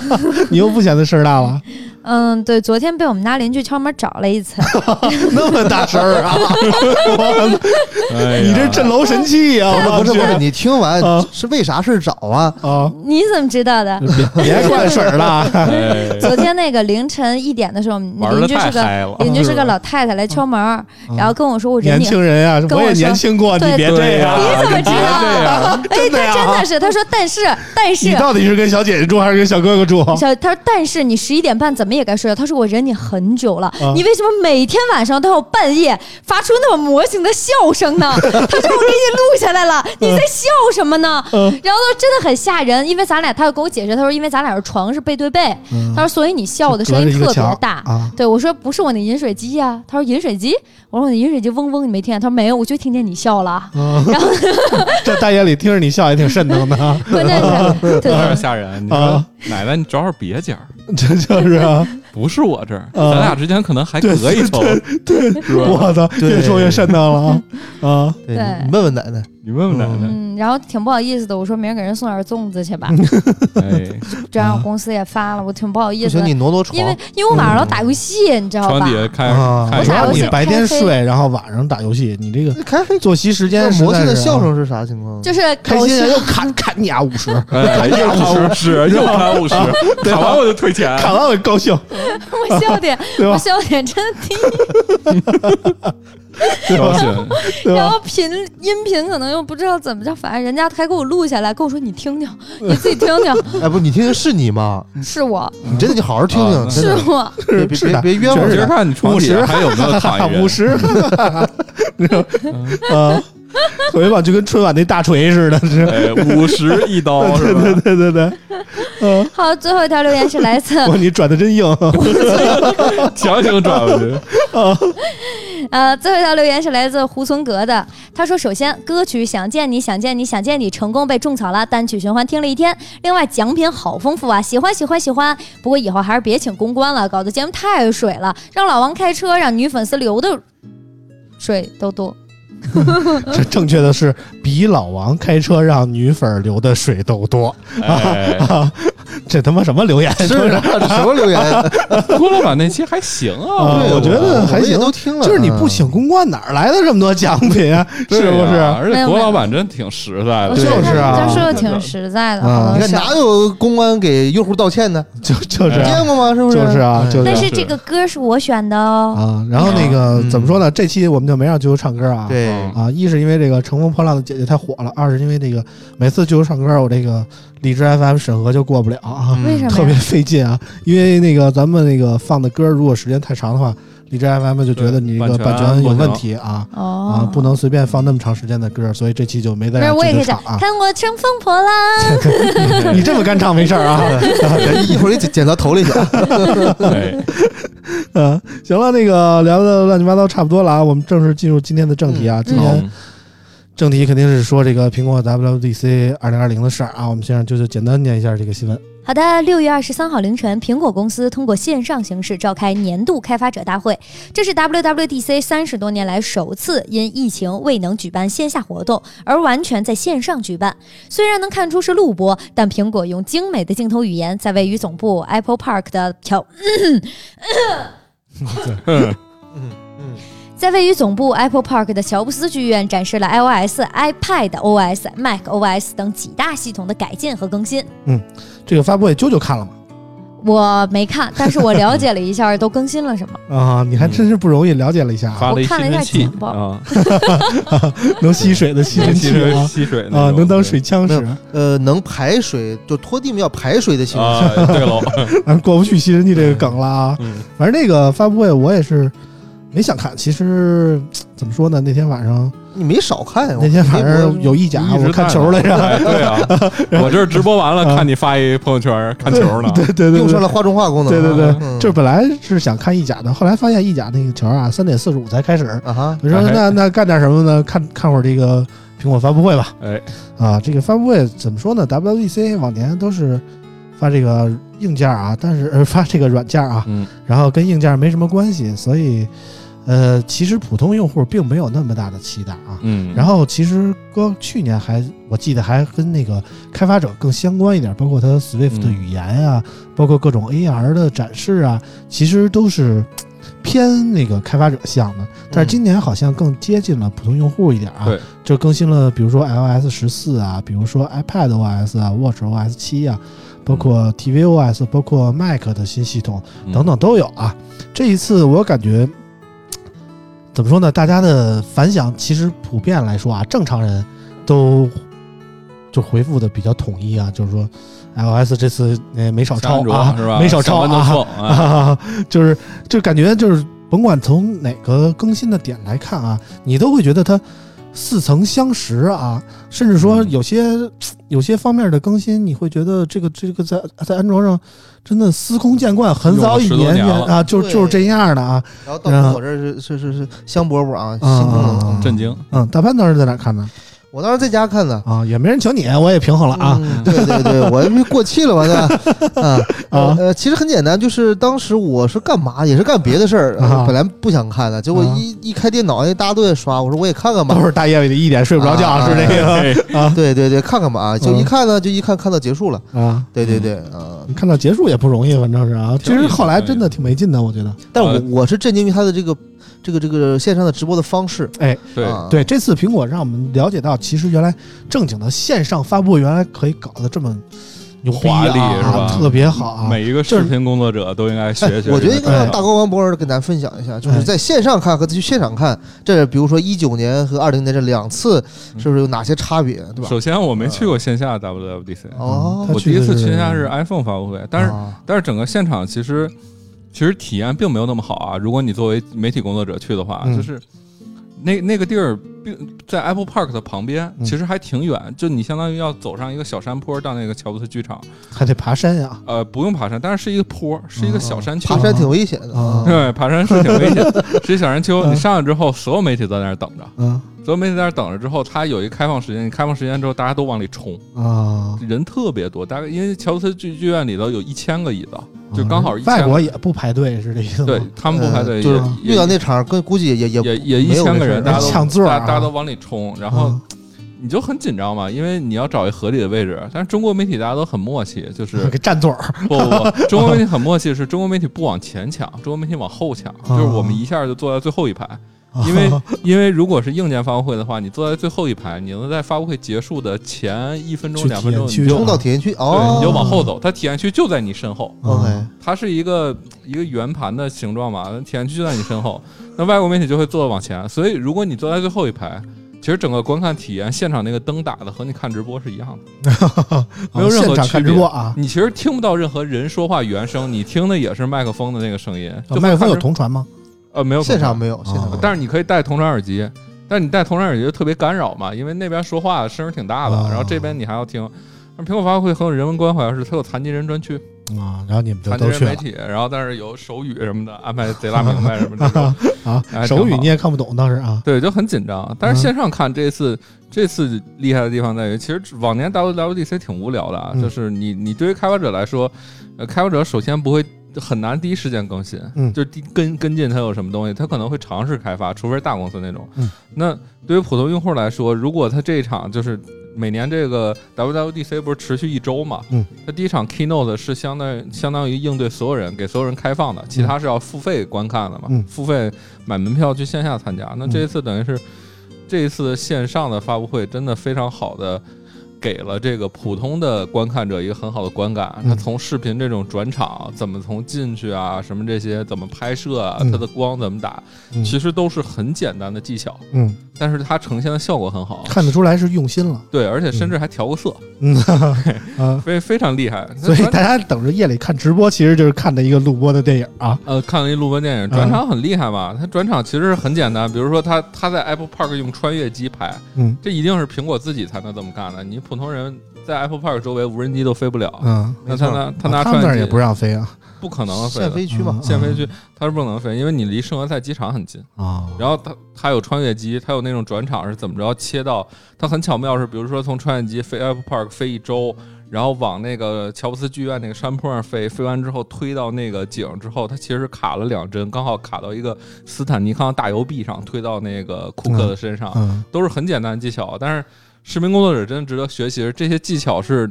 你又不嫌他声儿大了，嗯，对，昨天被我们家邻居敲门找了一次。” 那么大声儿啊！哎呀你这震楼神器呀、我 不是去不是，你听完啊是为啥事儿找啊？啊！你怎么知道的？别灌水了，哎 昨天那个凌晨一点的时候，我们玩邻的居是太个嗨了，邻居是个老太太来敲门儿，然后跟我说我人嗯年挺。轻人呀、我跟我也说年轻过，你对别这样。你怎么你知别道这样 哎，真的他呀真的是，他说但是但是你到底是跟小姐姐住还是跟小哥哥住？小他说但是你十一点半怎么也该睡了。他说我忍你很久了，啊你为什么每天晚上都要半夜发出那么魔性的笑 声呢？他说我给你录下来了，你在笑什么呢？嗯然后他说真的很吓人，因为咱俩他又跟我解释，他说因为咱俩是床是背对背，嗯他嗯说所以你笑的声音特别大。啊！对，我说不是我那饮水机呀、他说饮水机，我说我那饮水机嗡嗡，你没听见？他说没有，我就听见你笑了。嗯然后这大夜里听着你笑也挺瘆疼的 啊！ 关 键是，有点对，吓人。你说啊奶奶，你找找别家儿，这就是啊，不是我这儿，啊咱俩之间可能还隔一头。是吧我操，对越说越瘆得了啊！啊，对对你问问奶奶，你问问奶奶，嗯，然后挺不好意思的，我说明儿给人送点粽子去吧，嗯哎，这样公司也发了，我挺不好意不思行的你，挪挪床因，为因为我晚上老打游戏，你知道床吧底？下看啊看我什主打要游么戏你呀？白天开黑睡，然后晚上打游戏，你这个开黑作息时那间实魔性在的是啊笑声是啥情况？就是开搞心啊笑，又砍 砍你啊五十，哎，又砍五十，又砍五十，砍完我就退钱。砍完我就高兴， 我笑点， 对我吧？笑点真的低，高兴，对 然吧？后频音频可能又不知道怎么着，反正人家还给我录下来，跟我说你听听，你自己听 听，哎，不，你听听是你吗？嗯是我，你真的，你好好听啊听，真是的，我，别别是的别别冤我枉确实其实人。看你床底下还有没有 躺一人五， 十，啊， 特别棒，就跟春晚那大锤似的，是，哎，五十一刀是吧？对对对对，嗯，好，最后一条留言是 来自哇，你转的真硬，强行转过去，呃，最后一条留言是来自胡存格的，他说：“首先，歌曲《想见你》《想见你》《想见你》成功被种草了，单曲循环听了一天。另外，奖品好丰富啊，喜欢喜欢喜欢。不过以后还是别请公关了，搞得节目太水了，让老王开车，让女粉丝流的水都多。这正确的是比老王开车让女粉儿流的水都多， 哎，这他妈什么留言？是 啊，这什么留言？郭老板那期还行啊，啊对我觉得还我们行也都听了。就是你不嗯请公关，哪儿来的这么多奖品啊？对是不啊是？而没且有郭没有老板真挺实在的，就是啊他说的挺实在的，啊！好你像看是。哪有公安给用户道歉的？就就是啊见过吗？是哎不就是啊哎就是但是这个歌是我选的哦，啊，然后那个嗯怎么说呢？这期我们就没让啾啾唱歌啊，对，嗯啊，一是因为这个《乘风破浪的姐姐》太火了，二是因为这个每次就唱歌，我这个荔枝 FM 审核就过不了啊，嗯为什特么别呀？费劲啊。因为那个咱们那个放的歌，如果时间太长的话，荔枝 FM 就觉得你这个对版版权权有不问行题啊。啊哦，，不能随便放那么长时间的歌，所以这期就没再不是让我也可啾以啾讲唱，啊。看我乘风破浪。哎你这么干唱没事儿 啊？哎一会儿给剪剪到头里去。啊哎，嗯，行了，那个聊的乱七八糟差不多了啊，我们正式进入今天的正嗯题啊。今好天正题肯定是说这个苹果 WWDC 二零二零的事儿啊，我们先让啾啾简单念一下这个新闻。好的，六月二十三号凌晨，苹果公司通过线上形式召开年度开发者大会，这是 WWDC 三十多年来首次因疫情未能举办线下活动，而完全在线上举办。虽然能看出是录播，但苹果用精美的镜头语言，在位于总部 Apple Park 的漂嗯嗯，在位于总部 Apple Park 的乔布斯剧院展示了 iOS、iPad OS、Mac OS 等几大系统的改进和更新。这个发布会啾啾看了吗？我没看，但是我了解了一下都更新了什么。啊，你还真是不容易了解了一下啊，嗯发了一吸尘器我看了一下简报啊，能吸水的吸尘器吸嗯水啊吸水那啊，种能当水枪使， 嗯呃，能排水就拖地要排水的对行为。啊，对喽，啊，过不去吸尘器这个梗了啊。 嗯反正那个发布会我也是没想看，其实怎么说呢？那天晚上你没少看呀，那天晚上有一意甲，你一直我看在球来 着。哎对 啊，我这直播完了，啊看你发一朋友圈看球呢，对对对用对上了画中画功能。对对对，嗯就是本来是想看意甲的，后来发现意甲那个球啊，三点四十五才开始。啊哈，我说哎那那干点什么呢？看看会儿这个苹果发布会吧。哎，啊，这个发布会怎么说呢？WWDC 往年都是发这个硬件啊，但是、呃、发这个软件啊，嗯，然后跟硬件没什么关系，所以呃，其实普通用户并没有那么大的期待啊。嗯，然后其实光去年还我记得还跟那个开发者更相关一点，包括它 Swift 的嗯语言啊，包括各种 AR 的展示啊，其实都是偏那个开发者向的。但是今年好像更接近了普通用户一点啊，嗯对，就更新了，比如说 iOS 十四啊，比如说 iPad OS 啊，Watch OS 七啊，包括 tvOS，包括 Mac 的新系统嗯等等都有啊。这一次我感觉怎么说呢？大家的反响其实普遍来说啊，正常人都就回复的比较统一啊，就是说 iOS 这次呃没少抄安卓啊，是吧？没少抄上班啊都，错啊，啊， 就是就感觉就是甭管从哪个更新的点来看啊，你都会觉得它似曾相识啊，甚至说嗯有些、有些方面的更新，你会觉得这个这个在在安卓上真的司空见惯，很早以用了10多前年了啊，就对就是这样的啊。然后到我这儿是是是是香饽饽啊，新功啊啊啊能。哎震惊，嗯，大潘当时在哪儿看的我当时在家看的。啊？也没人请你，我也平衡了啊、嗯， 对对对，我这过气了完了 啊啊！呃，其实很简单，就是当时我是干嘛，也是干别的事儿，啊呃本来不想看的，结果啊一一开电脑，哎大家都在刷，我说我也看看吧都，是大夜里的一点睡不着觉，啊是这个哎 对对对，看看吧啊，就嗯一看呢，就一看看到结束了，哎啊。对对对，啊，你看到结束也不容易，反正是啊。其挺有意思实后来真的挺没劲的，我觉得。但我呃我是震惊于他的这个这个这个线上的直播的方式，哎，对，啊对，这次苹果让我们了解到，其实原来正经的线上发布原来可以搞得这么牛逼华丽啊是吧特别好啊！每一个视频工作者都应该学学。我觉得应该哎让大高王博尔给咱分享一下，就是在线上看和去现场看，这比如说一九年和二零年这两次，嗯是不是有哪些差别，对吧？首先我没去过线下 WWDC，哦他，我去第一的次是去线下是 iPhone 发布会，但是啊但是整个现场其实其实体验并没有那么好啊。如果你作为媒体工作者去的话，嗯就是那那个地儿并在 Apple Park 的旁边，嗯其实还挺远，就你相当于要走上一个小山坡到那个乔布斯剧场，还得爬山呀、呃，不用爬山，但是是一个坡，是一哦个小山丘。爬山挺危险的嗯啊 对，爬山是挺危险 的，是一小山丘。嗯你上去之后，所有媒体都在那儿等着，嗯所有媒体在那儿等着之后，它有一个开放时间，你开放时间之后，大家都往里冲，啊，人特别多，大概因为乔布斯剧剧院里头有一千个椅子，就刚好一嗯千外个国也不排队是这意思吗？哎对他们不排队，呃就是也越南那场，跟估计也也也也一没有千个这事儿人，大家都抢座儿啊嗯大家大家都往里冲，然后你就很紧张嘛，因为你要找一合理的位置。但是中国媒体大家都很默契，就嗯是给嗯占座儿，不 不不，中国媒体很默契，是中国媒体不往前抢，中国媒体往后抢，嗯就是我们一下就坐在最后一排，因为哦因为如果是硬件发布会的话，你坐在最后一排，你能在发布会结束的前一分钟去两分钟你体验就区冲到体验区对哦，你就往后走，它体验区就在你身后。 OK，它是一个一个圆盘的形状嘛，那体验区就在你身后，那外国媒体就会坐得往前，所以如果你坐在最后一排，其实整个观看体验，现场那个灯打的和你看直播是一样的，没有任哦何现场区看别直播啊。你其实听不到任何人说话原声，你听的也是麦克风的那个声音，就哦麦克风有看直同传吗？呃没有现场同没有，现场没传，有但是你可以戴同传耳机。但你戴同传耳机就特别干扰嘛，因为那边说话声儿挺大的，哦然后这边你还要听。那苹果发布会很有人文关怀，是它有残疾人专区，啊，然后你们就残疾都人去媒了体，然后但是有手语什么的安排贼拉明白什么 这种，啊哎，手挺语好你也看不懂当时啊。对，就很紧张。但嗯是线上看这次、这次厉害的地方在于，其实往年 WWDC 挺无聊的啊，嗯就是你你对于开发者来说，呃，开发者首先不会。很难第一时间更新，嗯就是第跟跟进它有什么东西，他可能会尝试开发，除非是大公司那种。嗯那对于普通用户来说，如果他这一场就是每年这个 WWDC 不是持续一周嘛，嗯，他第一场 keynote 是相当于相当于应对所有人，给所有人开放的，其他是要付费观看的嘛，嗯付费买门票去线下参加。那这一次等于是这一次线上的发布会，真的非常好的给了这个普通的观看者一个很好的观感。嗯他从视频这种转场，怎么从进去啊，什么这些怎么拍摄啊，嗯它的光怎么打，嗯其实都是很简单的技巧，嗯，但是它呈现的效果 很好。看得出来是用心了。对，而且甚至还调过色，嗯啊，非非常厉害。 所以那大家等着夜里看直播，其实就是看的一个录播的电影啊。呃，看了一录播电影，转场很厉害嗯嘛。它转场其实是很简单，比如说他他在 Apple Park 用穿越机拍，嗯这一定是苹果自己才能这么干的。你普通人在 Apple Park 周围无人机都飞不了，嗯，那他拿他啊拿他们那穿儿越也机不让飞啊不可能飞限的。飞区嘛嗯，限飞区它是不能飞，因为你离圣何塞机场很近。啊然后它它有穿越机，它有那种转场是怎么着切到，它很巧妙是，比如说从穿越机飞 Apple Park 飞一周，然后往那个乔布斯剧院那个山坡上飞，飞完之后推到那个井之后，它其实是卡了两帧，刚好卡到一个斯坦尼康大油壁上，推到那个库克的身上，嗯都是很简单的技巧。啊但是视频工作者真的值得学习，是这些技巧是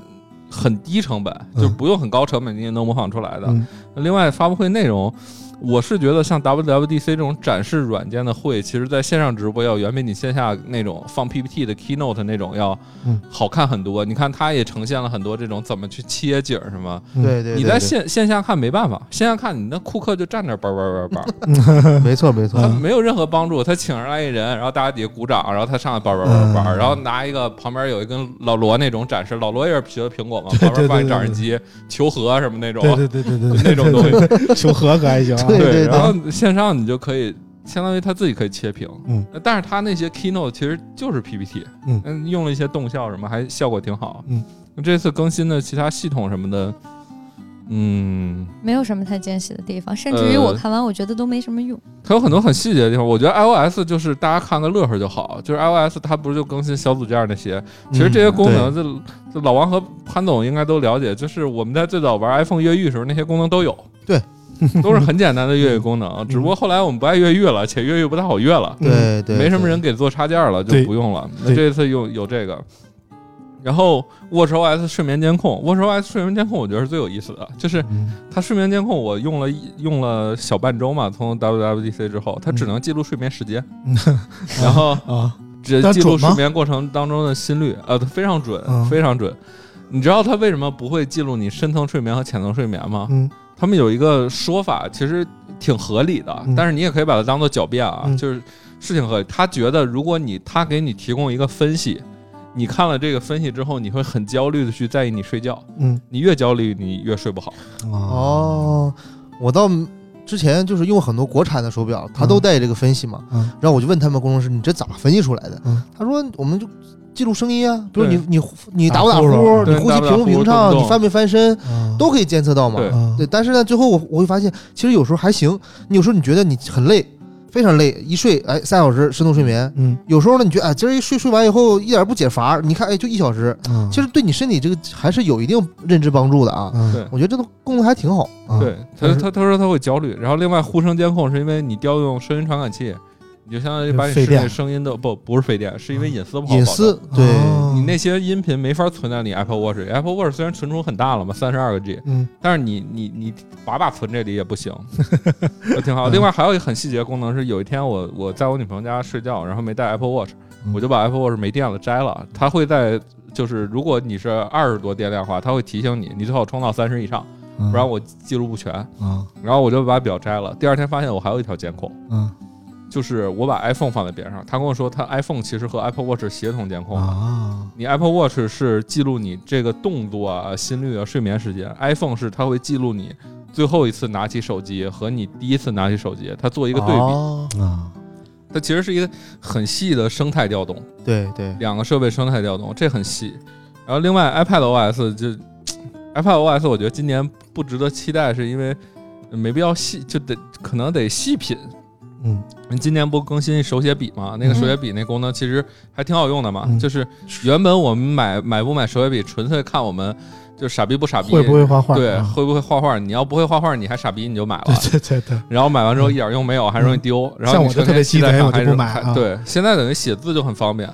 很低成本，嗯就不用很高成本你也能模仿出来的。嗯另外，发布会内容，我是觉得像 WWDC 这种展示软件的会，其实在线上直播要远比你线下那种放 PPT 的 Keynote 那种要嗯好看很多。你看，它也呈现了很多这种怎么去切景儿什么。嗯对对，你在现线线下看没办法，线下看你那库克就站那儿叭叭叭叭，没错嗯没错他，没有任何帮助，他请上来一人，然后大家底下鼓掌，然后他上来叭叭叭叭，嗯然后拿一个旁边有一根老罗那种展示，老罗也是学苹果嘛，旁边放一展示机、球盒什么那种对对对对对，那种东西，西，求和可还行啊。 对然后线上你就可以。相当于他自己可以切屏，呃嗯，但是他那些 keynote 其实就是 PPT，嗯用了一些动效什么，还效果挺好，嗯。这次更新的其他系统什么的，嗯，没有什么太惊喜的地呃方，甚至于我看完我觉得都没什么用。它有很多很细节的地方。我觉得 iOS 就是大家看个乐呵就好，就是 iOS 它不是就更新小组件儿那些，嗯其实这些功嗯能，这这老王和潘总应该都了解，就是我们在最早玩 iPhone 越狱时候，那些功能都有。对。嗯都是很简单的越狱功能，只不过后来我们不爱越狱了，且越狱不太好越了，对嗯对，没什么人给做插件了，就对不用了。那对这次有有这个，然后 WatchOS 睡眠监控，WatchOS 睡眠监控我觉得是最有意思的，就是嗯它睡眠监控我用了一用了小半周嘛，从 WWDC 之后，它嗯只能记录睡眠时 间，然后啊，只那记录准吗睡眠过程当中的心率，呃，非常准嗯，非常准。你知道它为什么不会记录你深层睡眠和浅层睡眠吗？嗯他们有一个说法，其实挺合理的，嗯但是你也可以把它当做狡辩啊，嗯就是是挺合理。他觉得如果你他给你提供一个分析，你看了这个分析之后，你会很焦虑的去在意你睡觉，嗯你越焦虑你越睡不好。哦，我到之前就是用很多国产的手表，它都带这个分析嘛。嗯然后我就问他们工程师：“你这咋分析出来的？”嗯他说：“我们就记录声音啊，比如对你你你打不打打呼噜呼，你对呼打吸不打平不呼平动不畅，你动翻没翻身，嗯都可以监测到嘛。对嗯对，但是呢，最后我我会发现，其实有时候还行。你有时候你觉得你很累，非常累，一睡哎三小时深度睡眠。嗯有时候呢，你觉得哎今儿一睡睡完以后一点不解乏，你看哎就一小时，嗯其实对你身体这个还是有一定认知帮助的啊。嗯对我觉得这个功能还挺好。嗯对，他但是他他说他会焦虑，然后另外呼声监控是因为你调用声音传感器，你就相当于把你费室内电嗯声音的不不是费电，是因为隐私不好保隐证私对，哦你那些音频没法存在你 Apple Watch 里。Apple Watch 虽然存储很大了嘛，三十二个 G，嗯但是你你你把把存这里也 不行，呃挺好。另嗯外还有一个很细节的功能是，有一天我我在我女朋友家睡觉，然后没带 Apple Watch，嗯我就把 Apple Watch 没电了摘了，它会在就是如果你是二十多电量的话，它会提醒你，你最好充到三十以上，嗯不然我记录不全。嗯然后我就把表摘了，第二天发现我还有一条监控。嗯就是我把 iPhone 放在边上，他跟我说，他 iPhone 其实和 Apple Watch 协同监控的，啊你 Apple Watch 是记录你这个动作啊、心率啊、睡眠时间，iPhone 是它会记录你最后一次拿起手机和你第一次拿起手机，它做一一个对比，比。啊它其实是一个很细的生态调动，对对，两个设备生态调动，这很细。然后另外 iPad OS 就 iPad OS，我觉得今年不值得期待，是因为没必要细，就得可能得细品，嗯今年不更新手写笔嘛？那个嗯手写笔那功能其实还挺好用的嘛。嗯就是原本我们买买不买手写笔，纯粹看我们就傻逼不傻逼，会不会画画对、啊啊会不会画画。你要不会画画，你还傻逼，你就买了。对对对对然后买完之后一点用没有，还容易丢。然后像你我就成特别天鸡期待贼看我就还不是买还啊对，现在等于写字就很方便，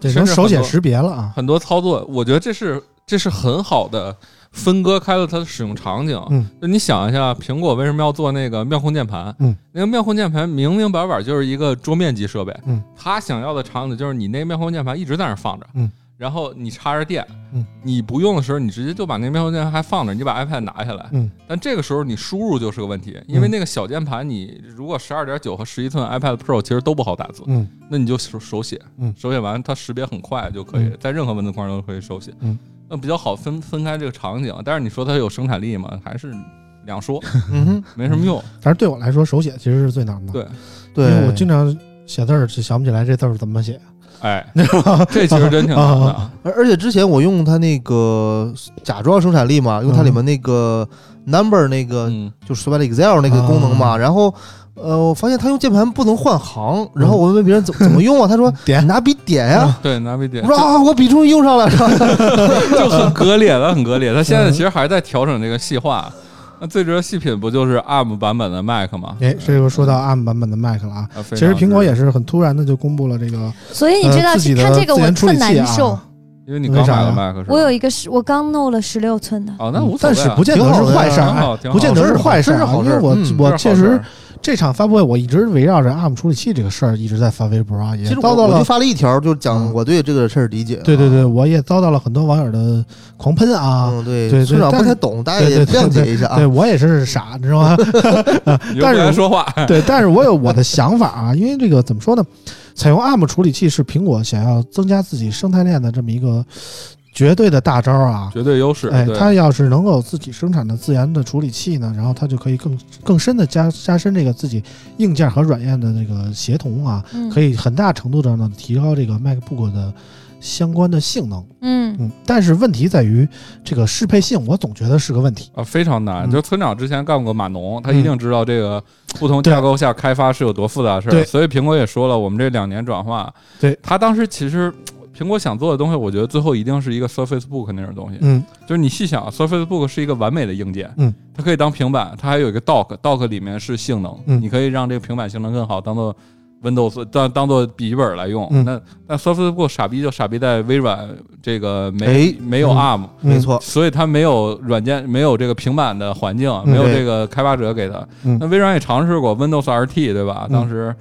对，甚能至手写很多识别了啊很多操作，我觉得这是这是很好的分割开了它的使用场景。嗯，就你想一下，苹果为什么要做那个妙控键盘？嗯，那个妙控键盘明明白白就是一个桌面级设备。嗯，它想要的场景就是你那个妙控键盘一直在那儿放着。嗯。然后你插着电，嗯，你不用的时候，你直接就把那个妙控键盘还放着，你把 iPad 拿下来，嗯，但这个时候你输入就是个问题，因为嗯那个小键盘，你如果十二点九和十一寸 iPad Pro 其实都不好打字，嗯那你就手手写，嗯手写完它识别很快就可以，在任何文字框都可以手写，嗯，那比较好分分开这个场景。但是你说它有生产力吗？还是两说，嗯哼，没什么用。反正对我来说手写其实是最难的，对，对，因为我经常写字儿就想不起来这字儿怎么写，哎， 这其实真挺难啊的。而而且之前我用它那个假装生产力嘛，用它嗯里面那个 number 那个嗯，就是说白了 Excel 那个功能哦嘛，然后呃，我发现它用键盘不能换行，然后我问别人怎么怎么用啊，他说嗯 点嗯你拿笔点呀。对，拿笔点我说啊，我笔终于用上了，是吧就很割裂了，很割裂。它现嗯在其实还在调整这个细化。那最值得细品不就是 ARM 版本的 Mac 吗？哎，这又说到 ARM 版本的 Mac 了啊。啊，其其实苹果也是很突然的就公布了这个，所以你知道，呃自己的看这个自我研处特理器难啊受。哦因为你刚买了 Mac 是吧？我有一个是我刚弄了十六寸的，哦，那无所嗯但谓是啊，不见得挺好是的坏事儿挺好啊，挺好不见得是坏事儿这是啊，好因事儿为我嗯我这是确好事实儿这场发布会我一直围绕着 ARM 处理器这个事儿一直在发微博啊，也 其实遭我到我了就发了一条，就讲嗯我对这个事儿理解。啊对对，对，我也遭到了很多网友的狂喷啊，嗯对对对村长但不是太懂，大家也对对对谅解一下啊对。我也是傻，你知 道吗？你就不该说话。对，但是我有我的想法啊，因为这个怎么说呢？采用 ARM 处理器是苹果想要增加自己生态链的这么一个绝对的大招啊。绝对优势，哎，对它要是能够有自己生产的自研的处理器呢，然后它就可以更更深的加加深这个自己硬件和软件的这个协同啊，嗯可以很大程度的呢提高这个 MacBook 的相关的性能。嗯，嗯，但是问题在于这个适配性，我总觉得是个问题。啊，非常难。嗯就村长之前干过码农，他一定知道这个不同对架构下开发是有多复杂的事对儿。所以苹果也说了，我们这两年转化，对他当时其实。苹果想做的东西，我觉得最后一定是一个 Surface Book 那种东西。嗯就是你细想，Surface Book 是一个完美的硬件，嗯，它可以当平板，它还有一个 Dock，Dock 里面是性能，嗯你可以让这个平板性能更好，当做 Windows 当当做笔记本来用。嗯那那 Surface Book 傻逼就傻逼在微软这个没、哎没有嗯 ARM，、没错，所以它没有软件，没有这个平板的环境，嗯没有这个开发者给它。嗯那微软也尝试过 Windows RT，对吧？嗯当时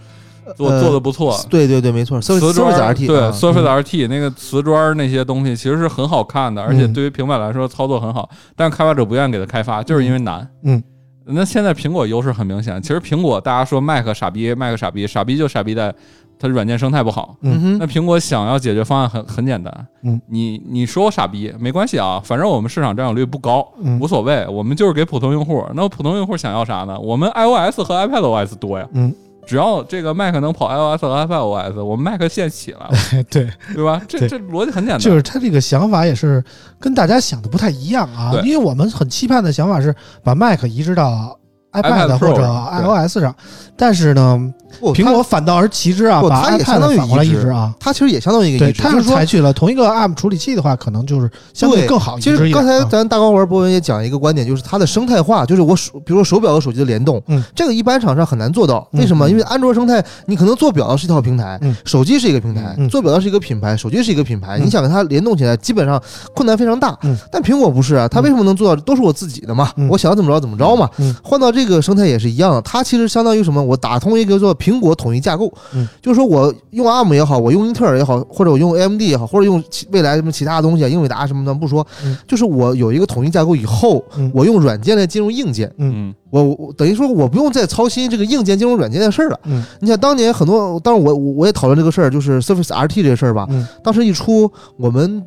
做呃做的不错。对对对，没错瓷，Surface 砖 Surface RT 对啊 Surface 嗯 RT 那个瓷砖那些东西其实是很好看的，而嗯且对于平板来说操作很好，但是开发者不愿意给它开发，就是因为难。嗯，那现在苹果优势很明显，其实苹果大家说 Mac 傻逼，Mac 傻逼，傻逼就傻逼在它软件生态不好。嗯那哼，苹果想要解决方案很很简单，嗯，你你说我傻逼没关系啊，反正我们市场占有率不高，嗯无所谓，我们就是给普通用户。那普通用户想要啥呢？我们 iOS 和 iPadOS 多呀，嗯，只要这个 Mac 能跑 iOS 和 iPadOS，我们 Mac 线起 来了，对，对吧？这对这逻辑很简单， 就是他这个想法也是跟大家想的不太一样啊对，因为我们很期盼的想法是把 Mac 移植到 iPad Pro 或上者 iOS 上，但是呢，不苹果反倒而其之啊，不把它也 iPad 相当于反过来移移植植啊。它它其实也相当于一个对，移植，它就是是说采取了同一个 ARM 处理器的话，可能就是相对对更好移其植实一点刚才啊咱大光玩博文也讲一个观点，就是它的生态化，就是我手，比如说手表和手机的联动，嗯这个一般厂商很难做到。为什么？嗯因为安卓生态，你可能做表是一套平台，嗯手机是一个平台，嗯做表是一个品牌，手机是一个品牌，嗯你想跟它联动起来，基本上困难非常大。嗯但苹果不是啊，它为什么能做到？都是我自己的嘛，嗯我想怎么着怎么着嘛。嗯换到这个生态也是一样的，它其实相当于什么？我打通一个叫做苹果统一架构，嗯就是说我用 ARM 也好，我用英特尔也好，或者我用 AMD 也好，或者用其未来什么其他的东西啊，英伟达什么的不说，嗯就是我有一个统一架构以后，嗯我用软件来金融硬件，嗯，我我我等于说我不用再操心这个硬件金融软件的事儿了。嗯你想当年很多，当然我我我也讨论这个事儿，就是 Surface RT 这个事儿吧，嗯当时一出我们。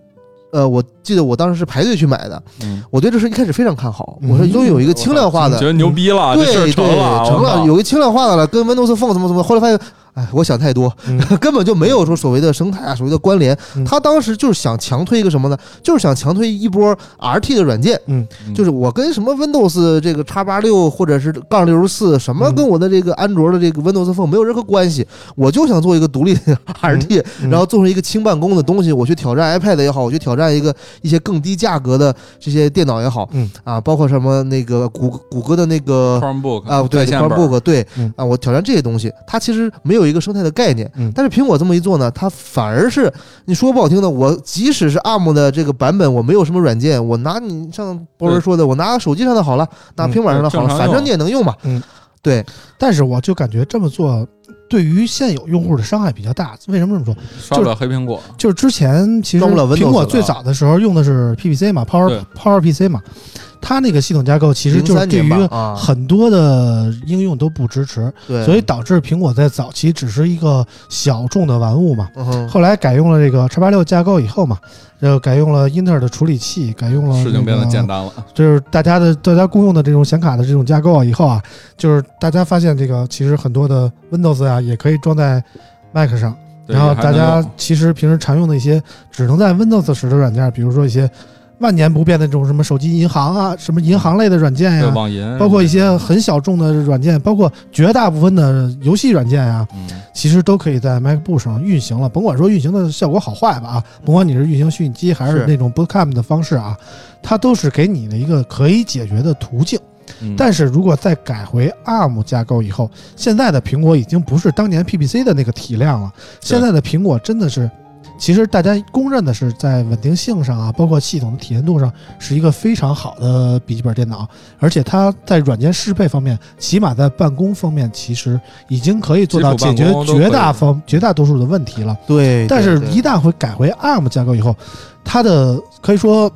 呃，我记得我当时是排队去买的，嗯我对这事儿一开始非常看好，我说嗯终于有一个轻量化的觉，得牛逼了，啊这对事儿对，成了，成了，有有一轻量化的了，跟 Windows Phone 怎么怎么，后来发现，哎，我想太多，嗯 根本就没有说所谓的生态啊，所谓的关联。嗯他当时就是想强推一个什么呢？就是想强推一波 RT 的软件。嗯嗯就是我跟什么 Windows 这个叉八六或者是杠六十四什么嗯跟我的这个安卓的这个 Windows Phone 没有任何关系，我就想做一个独立的 RT，、嗯然后做成一个轻办公的东西，我去挑战 iPad 也好，我去挑战一个一些更低价格的这些电脑也好，嗯啊，包括什么那个谷谷歌的那个 Chromebook 啊，对在线本儿， ，Chromebook，对嗯，啊，我挑战这些东西，它其实没有一个生态的概念嗯。但是苹果这么一做呢，它反而是你说不好听的，我即使是 ARM 的这个版本，我没有什么软件，我拿你像博文说的，我拿手机上的好了，拿嗯平板上的好正常了，用反正你也能用嘛嗯。对，但是我就感觉这么做对于现有用户的伤害比较大。为什么这么说？刷不了黑苹果，就是之前其实装不了 Windows 苹果最早的时候用的是 PPC 嘛对，Power Power PC 嘛，它那个系统架构其实零就是三对年吧于啊，很多的应用都不支持，对，所以导致苹果在早期只是一个小众的玩物嘛。嗯哼，后来改用了这个叉八六架构以后嘛，然后改用了英特尔的处理器，改用了、事情变得简单，单了。就是大家的大家公用的这种显卡的这种架构啊，以后啊，就是大家发现这个其实很多的 Windows 啊也可以装在 Mac 上，对然后也还大能家用其实平时常用的一些只能在 Windows 时的软件，比如说一些万年不变的这种什么手机银行啊，什么银行类的软哎件呀、对网银，包括一些很小众的软件，包括绝大部分的游戏软件啊，嗯其实都可以在 MacBook 上运行了，甭管说运行的效果好坏吧啊，甭管你是运行虚拟机还是是那种 Bootcamp 的方式啊，它都是给你的一个可以解决的途径。嗯但是如果再改回 ARM 架构以后，现在的苹果已经不是当年 PPC 的那个体量了。现在的苹果真的是，其实大家公认的是在稳定性上啊，包括系统的体验度上，是一个非常好的笔记本电脑。而且它在软件适配方面，起码在办公方面，其实已经可以做到基础解办决公都可以绝大方绝大多数的问题了。对，但是对，一旦会改回 ARM 架构以后，它的可以说。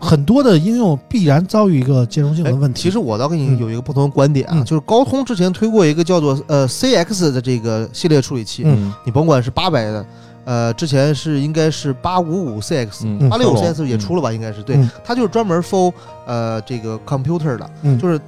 很多的应用必然遭遇一个兼容性哎的问题。其实我倒跟你嗯有一个不同的观点啊，嗯就是高通之前推过一个叫做呃 CX 的这个系列处理器，嗯你甭管是八百的，呃，之前是应该是八五五 CX，嗯八六五嗯 CS 也出了吧？应该是对嗯，它就是专门 for 呃这个 computer 的，嗯就是。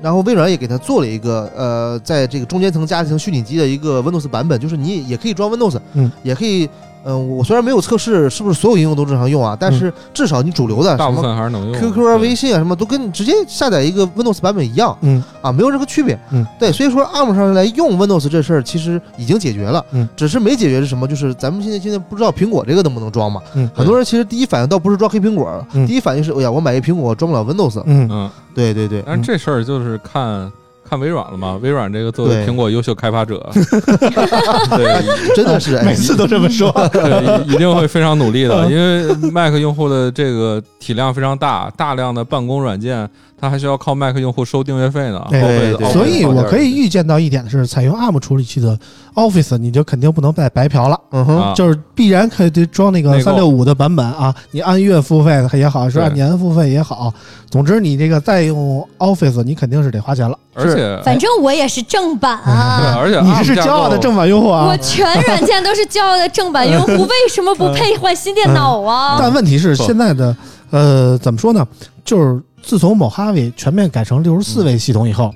然后微软也给它做了一个呃，在这个中间层加一层虚拟机的一个 Windows 版本，就是你也可以装 Windows，嗯，也可以，嗯、我虽然没有测试是不是所有应用都正常用啊，嗯但是至少你主流的大什部么分还是能用 QQ 对啊、微信啊什么，都跟你直接下载一个 Windows 版本一样，嗯啊，没有任何区别。嗯，对，所以说 ARM 上来用 Windows 这事儿其实已经解决了，嗯，只是没解决是什么？就是咱们现在现在不知道苹果这个能不能装嘛。嗯很多人其实第一反应倒不是装黑苹果，嗯第一反应是哎呀，我买一苹果我装不了 Windows。嗯嗯，对对 对，但是这事儿就是看看微软了嘛，微软这个作为对苹果优秀开发者， 对真的是哎每次都这么说。对，一定会非常努嗯力的，因为 Mac 用户的这个体量非常大，大量的办公软件，它还需要靠 Mac 用户收订阅费呢，哎对报废的对所以我可以报废预见到一点的是，采用 ARM 处理器的 Office，你就肯定不能再白嫖了。嗯的哼，啊，就是必然可以得装那个内购三六五的版本啊，你按月付费也好，是对按年付费也好，总之你这个再用 Office，你肯定是得花钱了。而且反正我也是正版 对，啊。而且你 ARM 是架骄傲的构正版用户啊我，全软件都是骄傲的正 版用户，为什么不配换新电脑啊？但问题是不现在的呃怎么说呢？就是自从 Mojave 全面改成六十四位系统以后，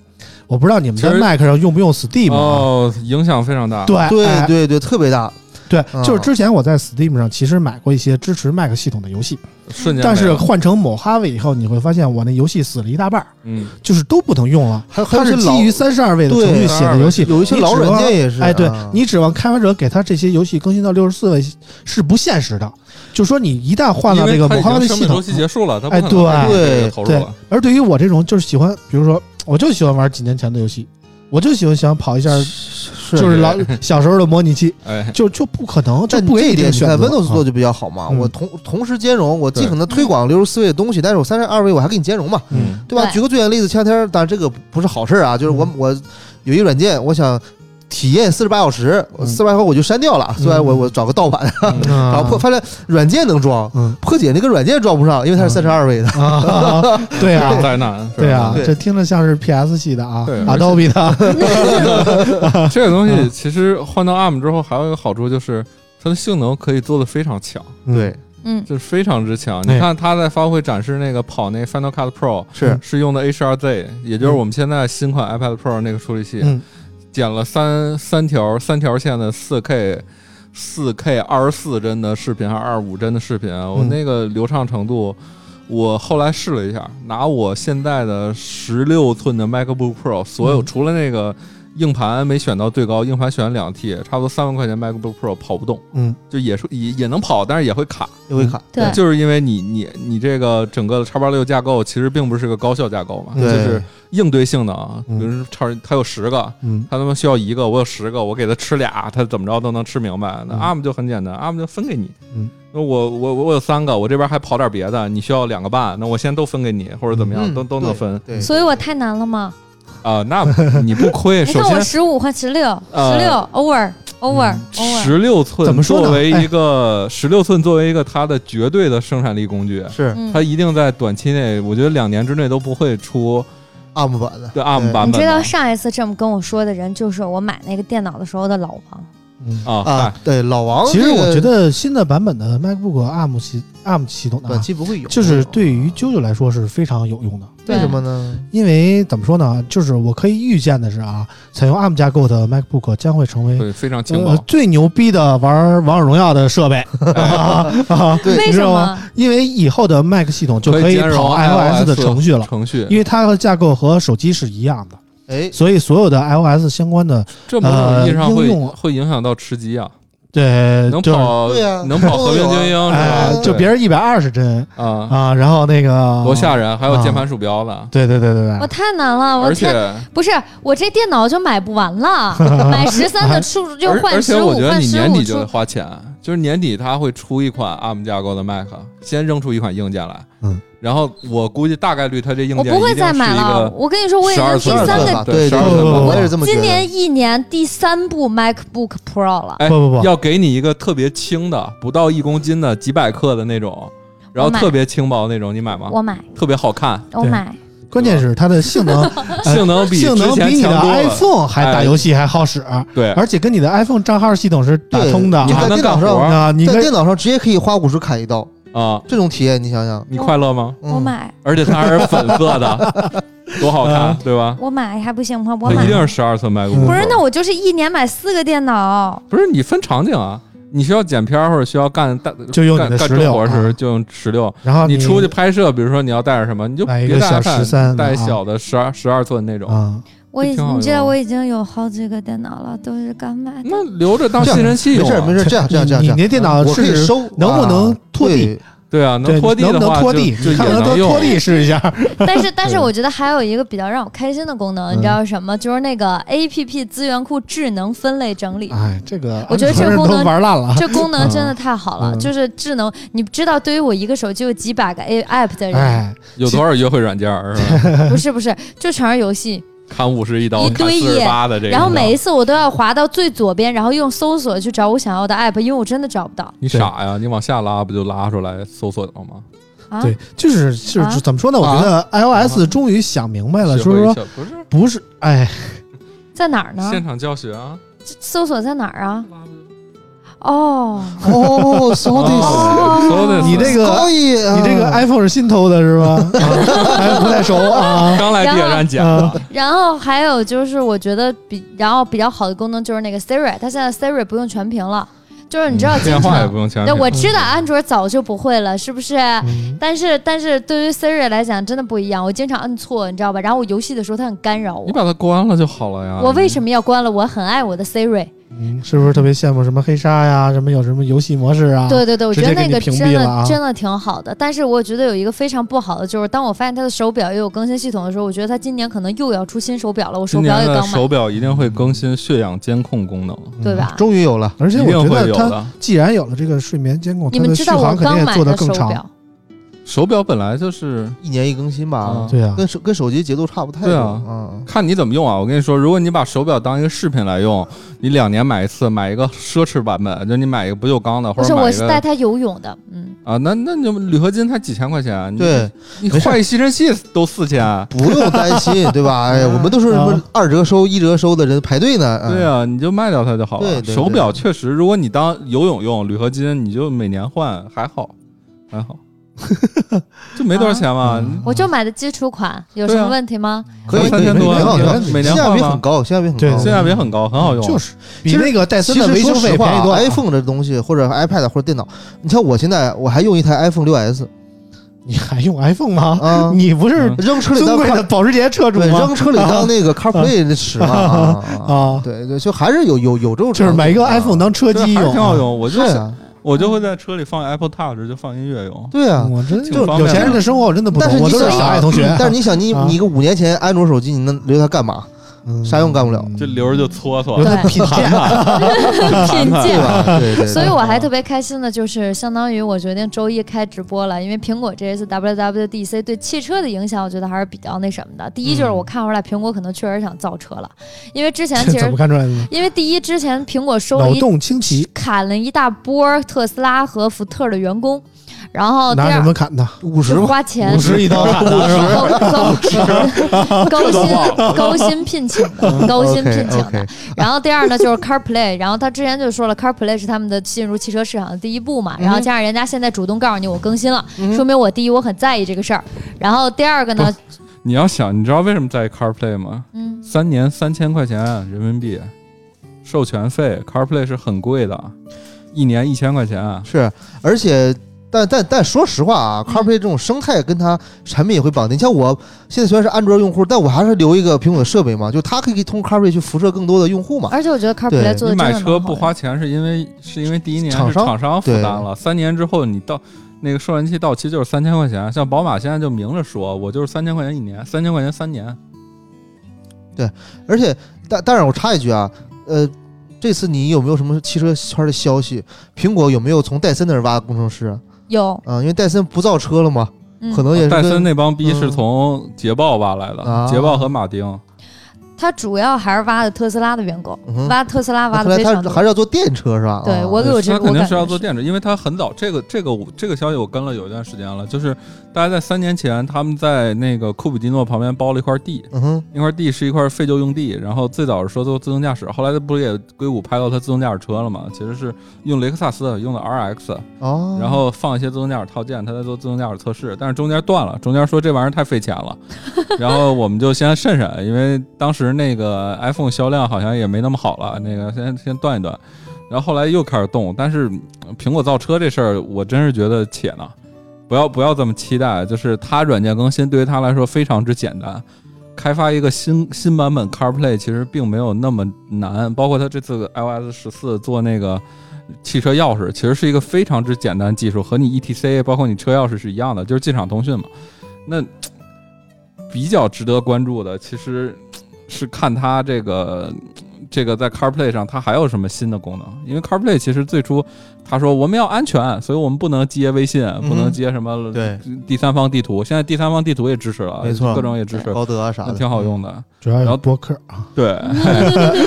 我不知道你们在其实 Mac 上用不用 Steam 啊？哦，影响非常大。对对哎对对，特别大，对嗯就是之前我在 Steam 上其实买过一些支持 Mac 系统的游戏，瞬间没了。但是换成 Mojave 以后，你会发现我那游戏死了一大半儿，嗯，就是都不能用了。还有还有它一些是老基于三十二位的程序写的游戏，有一些你老指软望件也是，哎，对啊你指望开发者给他这些游戏更新到六十四位是不现实的。就说你一旦换到这个嗯因为某它哈已的经生系命统周，期结束了，它哎不可能对再投入对了。，而对于我这种就是喜欢，比如说，我就喜欢玩几年前的游戏，我就喜欢想跑一下，是就是老小时候的模拟器，哎，就就不可能，就但不这给这一点个你选看择。 Windows 做啊就比较好嘛，嗯我同同时兼容，我尽对可能推广六十四位的东西，但是我三十二位我还给你兼容嘛，嗯对吧？对举个最简单的例子，前两天，但这个不是好事啊，就是我嗯我有一软件，我想体验四十八小时，嗯四十八小时我就删掉了，嗯虽然我我找个盗版，嗯然后破啊，发现软件能装，嗯破解那个软件装不上，因为它是三十二位的。啊， 对啊。 灾难。对啊，对这听着像是 PS 系的啊对，Adobe 的， 这个东西其实换到 ARM 之后，还有一个好处就是它的性能可以做得非常强， 对，嗯，就是非常之强。哎你看它在发布会展示那个跑那个 Final Cut Pro 是是用的 HRZ，也就是我们现在新款 iPad Pro 那个处理器，嗯，剪了三三条三条线的四 K。四 K 二十四帧的视频还是二十五帧的视频啊，我嗯那个流畅程度，我后来试了一下，拿我现在的十六寸的 MacBook Pro，所有、嗯除了那个硬盘没选到最高，硬盘选了两 T，差不多三万块钱 MacBook Pro 跑不动，嗯，就也是也也能跑，但是也会卡，优惠卡，对，就是因为你你你这个整个的叉八六架构其实并不是个高效架构嘛，嗯就对是应对性能啊，比嗯如说叉它有十个，嗯，他他妈需要一个，我有十个，我给他吃俩，他怎么着都能吃明白。那嗯 ARM 就很简单，ARM 就分给你。嗯，那我我我我有三个，我这边还跑点别的，你需要两个半，那我先都分给你，或者怎么样，嗯都都能分。对，所以我太难了吗？啊、那你不亏。你首看哎我先，十五换十六，呃十六 over over 嗯 over，十六寸怎么说呢作为哎一个十六寸作为一个它的绝对的生产力工具，是嗯它，一定在短期内，我觉得两年之内都不会出 ARM 版的，对 ARM 对版你本知道的。啊上一次这么跟我说的人，就是我买那个电脑的时候的老王。嗯啊啊，对，老王其实这个我觉得新的版本的 MacBook ARM 系 ARM 系统的短啊，期不会有，就是对于啾啾来说是非常有用的，为嗯什么呢？因为怎么说呢，就是我可以预见的是啊，采用 ARM 架构的 MacBook 将会成为。对，非常轻薄呃，。最牛逼的玩王者荣耀的 设备，啊对你为知什道吗？么？因为以后的 Mac 系统就可以以兼容跑 iOS 的程序了，程序，因为它的架构和手机是一样的，哎，所以所有的 iOS 相关的这某种意义上呃会应用会影响到吃鸡啊，对，能就是哦跑对啊能跑和平精英是哎吧？就别人一百二十帧啊，啊，然后那个多吓人！还有键盘鼠标呢，对对对对我对，太难了，哦我啊而且太不是我这电脑就买不完 了，买十三的出就啊而换而且十我五，觉得换你十年五底就得出。花钱，就是年底它会出一款 ARM 架构的 Mac，先扔出一款硬件来，嗯，然后我估计大概率它这硬我件不会再买了，一我跟你说，我定是已一个十经二寸第12三寸个，吧的对十二对寸对的对我也是这么觉得。今年一年第三部 MacBook Pro 了。哎不不不要给你一个特别轻的，不到一公斤的，几百克的那种，然后我买特别轻薄那种，你买吗？我买，特别好 看， 我买，关键是它的性能，呃性能 比性之能前比你的强多了 iPhone 还打哎游戏还好使，对，而且跟你的 iPhone 账号系统是打通的对你啊还还能能干干活活啊啊，你在可以电脑上直接可以花五十砍一刀，啊！这种体验你想想，你快乐吗？嗯我买，而且它还是粉色的， 多好啊看，对吧？我买还不行吗？我它买一。定是十二寸 MacBook。不是，那我就是一年买四个电脑。不是你分场景啊，你需要剪片儿或者需要干大就用你干的干十重六啊活时，就用十六。然后啊你出去拍摄，比如说你要带着什么，你就买一别个小带 iPad， 13的带啊小的十二十二寸那种，啊，我已挺好用哦你知道我已经有好几个电脑了，都是刚买的。那留着当吸尘器没用事啊。没事，这样这样这样，你你那电脑我可以是收，能不能啊 拖地？对对啊，能对，拖地能的不能话拖就地？就你看也能不能能用拖地试一下？但是，但是我觉得还有一个比较让我开心的功能，你嗯知道是什么？就是那个 A P P 资源库智能分类整啊理。哎，这个我觉得这个很多功人能都玩烂 了。这功能真的太好了，嗯就是智能，你知道，对于我一个手机有几百个 A app 的人，哎，有多少约会软件儿 是吧？不是不是，就全是游戏。砍五十一刀，一砍堆四页十八的这个，然后每一次我都要滑到最左边，然后用搜索去找我想要的 app，因为我真的找不到你傻呀？你往下拉不就拉出来搜索到吗？啊。对，就是就是、啊怎么说呢？我觉得 iOS 终于想明白了，学说会一说下不是不是，哎，在哪儿呢？现场教学啊？搜索在哪儿啊？哦，哦，そうです。搜的你这个可以啊，你这个 iPhone 是新偷的是吧？啊哎，不太熟啊。刚来地铁站捡然后的，然后还有就是，我觉得比然后比较好的功能就是那个 Siri，它现在 Siri 不用全屏了，就是你知道经电话也常。不用钱对，。我知道安卓早就不会了，是不是？啊嗯但是，但是对于 Siri 来讲，真的不一样。我经常摁错，你知道吧？然后我游戏的时候，它很干扰你我。把它关了就好了呀。我为什么要关了？我很爱我的 Siri。嗯，是不是特别羡慕什么黑鲨呀？什么有什么游戏模式啊？对对对，我直觉接得给那你个屏真蔽的、了啊真的挺好的。但是我觉得有一个非常不好的，就是当我发现它的手表又有更新系统的时候，我觉得它今年可能又要出新手表了。我手今表年也的刚买，手表一定会更新血氧监控功能，嗯对吧？终于有了，而且一我定觉会得有它的。既然有了这个睡眠监控，你它们的知续道我航肯定刚买也做得的更手长。表，手表本来就是一年一更新吧啊，对啊，跟手跟手机节奏差不太多。对啊嗯，看你怎么用啊！我跟你说，如果你把手表当一个饰品来用，你两年买一次，买一个奢侈版本，就你买一个不锈钢的，不或是，者买我一是带个它游泳的，嗯。啊，那那就铝合金才几千块钱，你对，你没事换一吸尘器都四千，不用担心，对吧？哎呀，我们都是什么啊二折收、一折收的人排队呢。嗯对，啊，你就卖掉它就好了。对对对手表确实，如果你当游泳用，铝合金你就每年换，还好，还好，就没多少钱嘛。嗯我就买的基础款，有什对啊么问 题吗？可以，三千多没问题没问题每年性价比换吗很高，性价比很对高。嗯性价比很高，很好用。啊就是比其实那个戴其森实的维修说实费话便宜多啊了。啊 iPhone 这东西，或者 iPad 或者电脑，你像我现在我还用一台 iPhone 六 S 你还用 iPhone 吗？啊，你不是嗯扔车里尊当贵的 car- 保时捷车主对，吗扔？车里当那个 CarPlay 使嘛啊啊啊啊，对对，就还是有有有这种场 景啊，就是买一 个 iPhone 当车对机还用，是啊挺好。用。我就是啊，我就会在车里放 Apple Touch，就放音乐用。对啊。嗯我真挺就方便有的钱人的生活我真的不但是懂，你我都是想傻啊爱同学。 但是你想，你啊你一个五年前安卓手机，你能留它干嘛？嗯啥用干不了嗯就留着就搓搓有，对点品鉴，品对鉴。吧？ 对对。对所以我还特别开心的就是，相当于我决定周一开直播了，因为苹果这一次 WWDC 对汽车的影响，我觉得还是比较那什么的。第一就是我看出来苹果可能确实想造车了，因为之前嗯其这怎实么看出来的呢？因为第一之前苹果收了脑一洞清奇，砍了一大波特斯拉和福特的员工，然哦后第拿什二么砍的？五就花钱五十一刀砍的是吧？高高 高薪高薪聘请嗯的，高薪聘请 OK，OK 的。然后第二呢，就是 CarPlay。然后他之前就说了，CarPlay 是他们的进入汽车市场的第一步嘛。然后加上人家现在主动告诉你我更新了，说明我第一我很在意这个事儿。然后第二个呢，你要想，你知道为什么在意 CarPlay 吗？嗯，三年三千块钱人民币，授权费，CarPlay 是很贵的，一年一千块钱。是，而且但但但说实话啊，CarPlay 这种生态跟它产品也会绑定。你像我现在虽然是安卓用户，但我还是留一个苹果的设备嘛，就它可以通过 CarPlay 去辐射更多的用户嘛。而且我觉得 CarPlay 对做你的真的买蛮好车的不花钱，是因为是因为第一年厂是商厂商负对担了，三年之后你到那个授权期到期就是三千块钱。像宝马现在就明着说，我就是三千块钱一年，三千块钱三年。而且，但但是我插一句啊，呃，这次你有没有什么汽车圈的消息？苹果有没有从戴森那儿挖工程师啊？有，啊因为戴森不造车了嘛，嗯可能也是哦戴跟森那帮逼是嗯从捷豹挖来啊的，捷豹和马丁。他主要还是挖的特斯拉的员工，嗯啊哼挖特斯拉挖那看的来非他常多还。是要做电车是吧？对啊我哎给我这他个我肯定感是觉要做电池，因为他很早，这个这个我这个消息我跟了有一段时间了，就是大家在三年前，他们在那个库比蒂诺旁边包了一块地，嗯哼，那块地是一块废旧用地，然后最早是说做自动驾驶，后来不是也硅谷拍到它自动驾驶车了嘛？其实是用雷克萨斯用的 RX，哦，然后放一些自动驾驶套件，它在做自动驾驶测试，但是中间断了，中间说这玩意儿太费钱了，然后我们就先慎慎，因为当时那个 iPhone 销量好像也没那么好了，那个先先断一断，然后后来又开始动，但是呃苹果造车这事儿，我真是觉得且呢，不要不要这么期待，就是它软件更新对于它来说非常之简单。开发一个新新版本 CarPlay 其实并没有那么难，包括它这次 iOS 十四做那个汽车钥匙，其实是一个非常之简单的技术，和你 ETC 包括你车钥匙是一样的，就是进场通讯嘛。那比较值得关注的，其实是看它这个这个在 CarPlay 上它还有什么新的功能，因为 CarPlay 其实最初他说我们要安全，所以我们不能接微信，不能接什么对第三方地图，现在第三方地图也支持了，嗯没错各种也支持，高嗯德啊啥那的，挺好用的。的。主要然有后博客啊，对，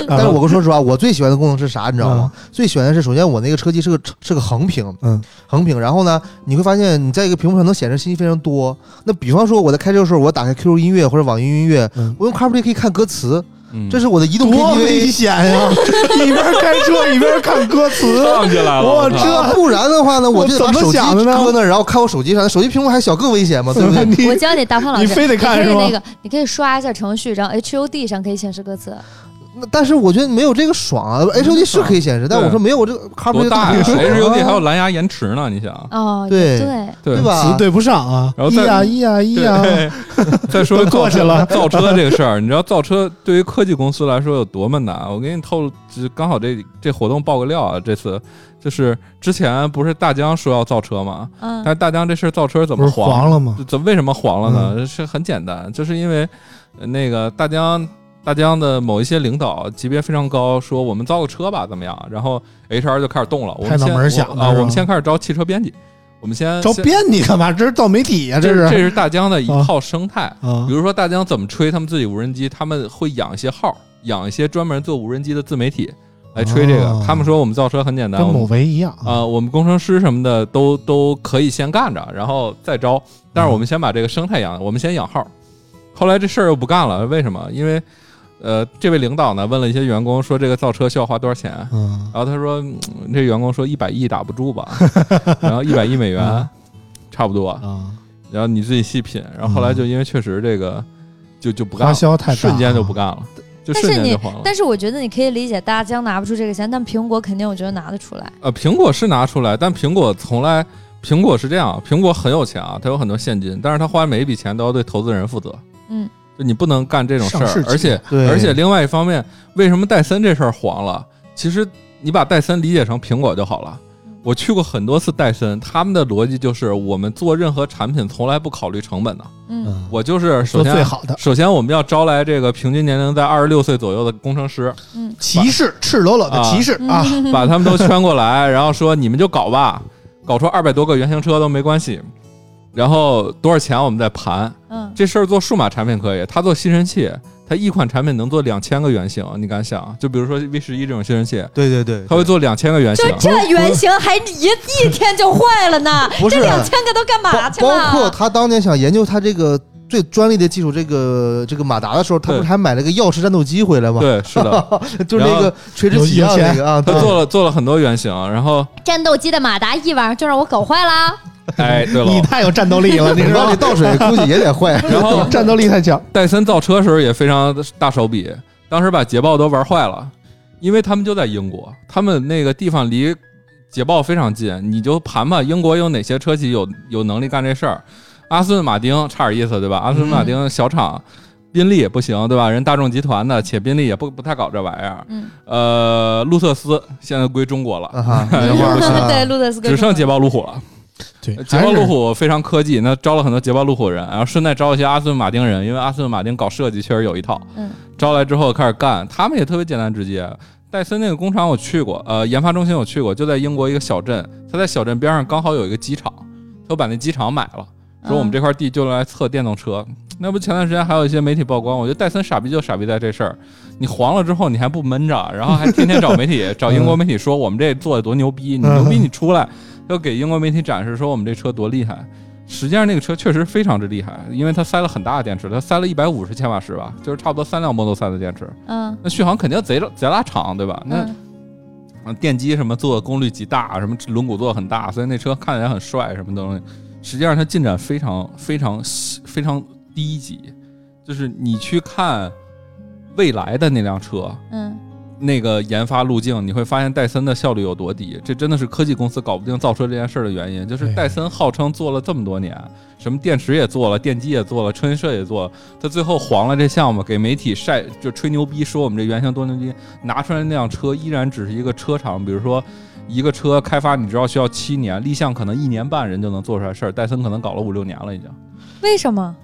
但是我说实话，我最喜欢的功能是啥，你知道吗？最喜欢的是，首先我那个车机是个是个横屏，啊嗯，横屏，然后呢，你会发现你在一个屏幕上能显示信息非常多。那比方说我在开车的时候，我打开 QQ 音乐或者网易云音乐，嗯我用 CarPlay 可以看歌词，嗯 这是我的移动多 KTV 危险呀！ 一边开车一边看歌词，上去来了，我操这啊不然 的话呢，我我就得把怎么手机想的呢搁那儿，然后看我手机上，手机屏幕还小更危险嘛，对不对？我你教你大胖老师，你非得看你可是以那吗？个，你可以刷一下程序，然后 H O D 上可以显示歌词。那但是我觉得没有这个爽啊嗯，H O D 是可以显示，但对我说没有我这个 CarPlay 多大 呀更爽啊？H U D 还有蓝牙延迟呢，你想？哦，对也对，对对？吧？对不上啊！然后一再呀一呀一呀，对， 再说过去了 造车造车这个事儿，你知道造车对于科技公司来说有多么难？啊我给你透露，就刚好这这活动爆个料啊，这次就是之前不是大疆说要造车吗？嗯但，是大疆这事儿造车 怎不么是黄？嗯黄了嗯吗？怎么为什么黄了呢？是很简单，就是因为呃那个大疆大疆的某一些领导级别非常高，说我们造个车吧，怎么样？然后 HR 就开始动了，我拍们脑先门儿想我了啊，是吧我们先开始招汽车编辑，我们先招先编啊你干嘛？这是造媒体呀，这是这是大疆的一套生态。啊比如说大疆怎么吹他们自己无人机，他们会养一些号，养一些专门做无人机的自媒体来吹这个。哦他们说我们造车很简单，跟我们某维一样啊、我们工程师什么的都都可以先干着，然后再招。但嗯是我们先把这个生态养，我们先养号。后来这事儿又不干了，为什么？因为呃，这位领导呢问了一些员工说这个造车需要花多少钱，嗯，然后他说、嗯这员工说一百亿打 不住吧，然后一百亿美元嗯差不多，啊，然后你自己细品。然后后来就因为确实这个就就不嗯干花了，销太大，瞬间就不。干了，就但是瞬间你就黄了。但是我觉得你可以理解大疆拿不出这个钱，但苹果肯定我觉得拿得出来。呃，苹果是拿出来，但苹果从来，苹果是这样，苹果很有钱啊，它有很多现金，但是它花每一笔钱都要对投资人负责。嗯，就你不能干这种事上市儿，而企业且对，而且另外一方面，为什么戴森这事儿黄了？其实你把戴森理解成苹果就好了。我去过很多次戴森，他们的逻辑就是我们做任何产品从来不考虑成本的，嗯，嗯，我就是首做最先。好的首先，我们要招来这个平均年龄在二十六岁左右的工程师，嗯骑士，赤裸裸的啊骑士啊，把他们都圈过来，然后说你们就搞吧， 搞出二百多个原型车都没关系。然后多少钱我们再盘。嗯，这事儿做数码产品可以，他做吸尘器，他一款产品能做两千个原型，你敢想？就比如说 V 十一这种吸尘器，对对对，他会做两千个原型就。这原型还一一天就坏了 呢，不是这两千啊个都干包嘛 去包括了？他当年想研究他这个最专利的技术，这个这个马达的时候，他不对是还买了个钥匙战斗机回来吗？对，是的， 就是那个垂直起 降那个啊，他对 做了做了很多原型，然后战斗机的马达一晚上就让我搞坏啦。哎，对你了，太有战斗力 了，你知道往里吗？倒水估计也得坏。然后战斗力太强，戴森造车时候也非常大手笔，当时把捷豹都玩坏了，因为他们就在英国，他们那个地方离捷豹非常近，你就盘盘英国有哪些车企有有能力干这事儿。阿斯顿马丁差点意思，对嗯吧？阿斯顿马丁小厂，宾利也不行，对吧？人大众集团的，且宾利也不不太搞这玩意儿。嗯呃，路特斯现在归中国了， 啊哈， 嗯然后不行啊对，路德斯只剩捷豹路虎了。对，捷豹呃路虎非常科技，那招了很多捷豹路虎人，然后顺带招一些阿斯顿马丁人，因为阿斯顿马丁搞设计确实有一套。嗯，招来之后开始干，他们也特别简单直接。戴森那个工厂我去过，呃，研发中心我去过，就在英国一个小镇，他在小镇边上刚好有一个机场，他就把那机场买了，说嗯我们这块地就用来测电动车。那不前段时间还有一些媒体曝光，我觉得戴森傻逼就傻逼在这事儿，你黄了之后你还不闷着，然后还天天找媒体找英国媒体说我们这做的多牛逼，你牛逼你出来，要给英国媒体展示说我们这车多厉害。实际上那个车确实非常之厉害，因为它塞了很大的电池，它塞了一百五十千瓦时吧，就是差不多三辆 Model 3的电池。嗯那续航肯定贼贼拉长，对吧？那嗯呃电机什么做的功率极大，什么轮毂做的很大，所以那车看起来很帅，什么东西。实际上它进展非常非常非常低级，就是你去看未来的那辆车，嗯，那个研发路径，你会发现戴森的效率有多低。这真的是科技公司搞不定造车这件事儿的原因，就是对戴森号称做了这么多年，什么电池也做了，电机也做了，车间社也做了，他最后黄了这项目，给媒体晒就吹牛逼，说我们这原型多牛逼，拿出来那辆车依然只是一个车厂，比如说。一个车开发你知道需要七年，立项可能一年半人就能做出来事儿，戴森可能搞了五六年了已经。为什么？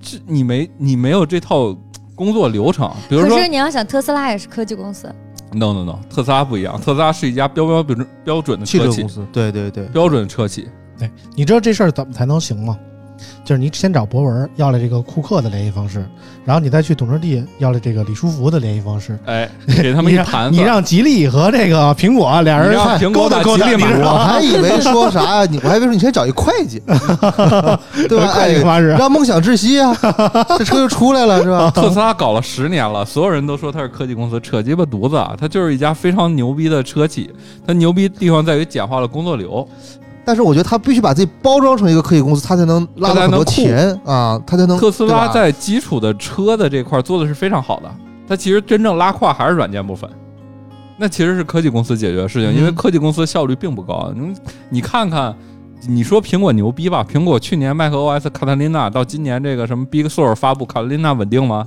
这你没你没有这套工作流程，比如可说是你要想，特斯拉也是科技公司， no no no，特斯拉不一样，特斯拉是一家标标准标准的汽车车企公，司，对 对对，标准车企。哎你知道这事儿怎么才能行吗？就是你先找博文要了这个库克的联系方式，然后你再去董事地要了这个李书福的联系方式。 哎，给他们一盘子，你让吉利和这个苹果俩你人让苹勾果搭把勾吉搭，利你买知过道我吗？还以为说啥呀？你我还以为说你先找一会 计，对吧？会计哎，方式，让梦想窒息啊！这车就出来了 是吧？特斯拉搞了十年了，所有人都说它是科技公司，扯鸡巴犊子啊！它就是一家非常牛逼的车企，它牛逼地方在于简化了工作流。但是我觉得他必须把自己包装成一个科技公司，他才能拉他才到很能多酷钱啊，他才能特斯对拉吧在基础的车的这块做的是非常好的，它其实真正拉胯还是软件部分。那其实是科技公司解决的事情，嗯因为科技公司效率并不高。你你看看，你说苹果牛逼吧？苹果去年 macOS 卡塔琳娜到今年这个什么 Big Sur 发布，卡塔琳娜稳定吗？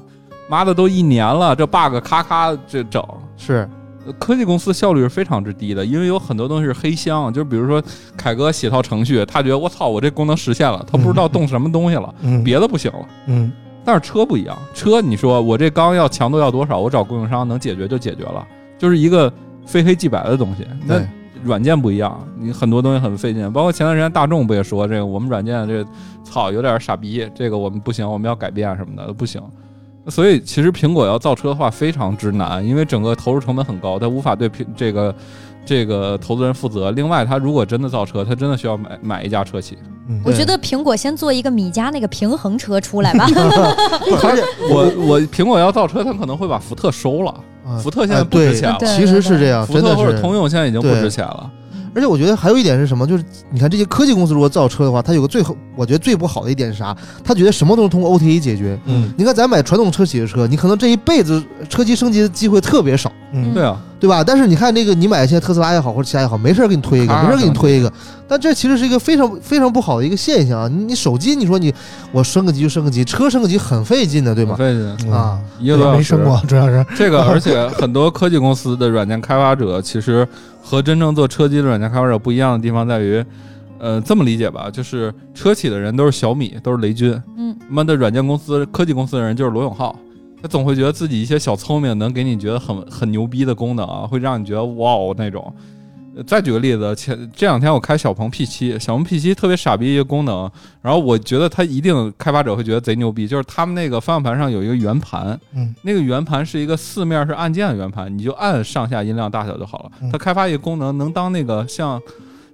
妈的，都一年了，这 bug 咔咔这整，是呃科技公司效率是非常之低的，因为有很多东西是黑箱，就比如说凯哥写套程序，他觉得我操，我这功能实现了，他不知道动什么东西了，嗯别的不行了。嗯，但是车不一样，车你说我这钢要强度要多少，我找供应商能解决就解决了，就是一个非黑即白的东西。那对软件不一样，你很多东西很费劲，包括前段时间大众不也说这个我们软件这操有点傻逼，这个我们不行，我们要改变什么的不行。所以其实苹果要造车的话非常之难，因为整个投入成本很高，它无法对苹这个这个投资人负责。另外，它如果真的造车，它真的需要买买一家车企。嗯我觉得苹果先做一个米家那个平衡车出来吧。 而且我我苹果要造车，它可能会把福特收了。啊福特现在啊不值对钱了对其实是这样，福啊真特的或者通是。用现在已经不对值钱了。而且我觉得还有一点是什么？就是你看这些科技公司如果造车的话，它有个最后我觉得最不好的一点是啥？他觉得什么都是通过 OTA 解决。嗯你看咱买传统车企的车，你可能这一辈子车机升级的机会特别少，嗯对啊，对吧？但是你看这个，你买现在特斯拉也好，或者其他也好，没事儿给你推一个，咔没事儿给你推一个。但这其实是一个非常非常不好的一个现象啊！你你手机，你说你我升个级就升个级，车升个级很费劲的，对吗？费劲，嗯啊，一个多小没时啊生过，主要是这个，而且很多科技公司的软件开发者，其实和真正做车机的软件开发者不一样的地方在于，呃，这么理解吧，就是车企的人都是小米，都是雷军，嗯，妈的软件公司、科技公司的人就是罗永浩。他总会觉得自己一些小聪明能给你觉得很很牛逼的功能啊，会让你觉得哇哦那种。呃再举个例子，前这两天我开小鹏 P 7小鹏 P 7特别傻逼一个功能，然后我觉得它一定开发者会觉得贼牛逼，就是他们那个方向盘上有一个圆盘，嗯，那个圆盘是一个四面是按键的圆盘，你就按上下音量大小就好了嗯。它开发一个功能能当那个像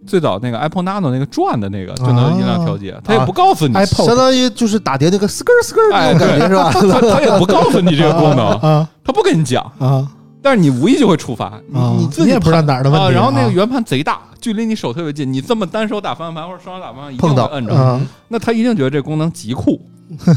最早那个 Apple Nano 那个转的那个，就能音量调节，它也不告诉你，啊 iPod 相当于就是打碟那个斯根斯根哎那种感觉是吧？它它也不告诉你这个功能，啊它不跟你讲，啊啊但是你无意就会触发，你啊你自己也不知道哪儿的问题啊，啊。然后那个圆盘贼大，距离你手特别近，你这么单手打方向盘或者双手打方向盘一定碰到会摁着，嗯那他一定觉得这功能极酷。哎，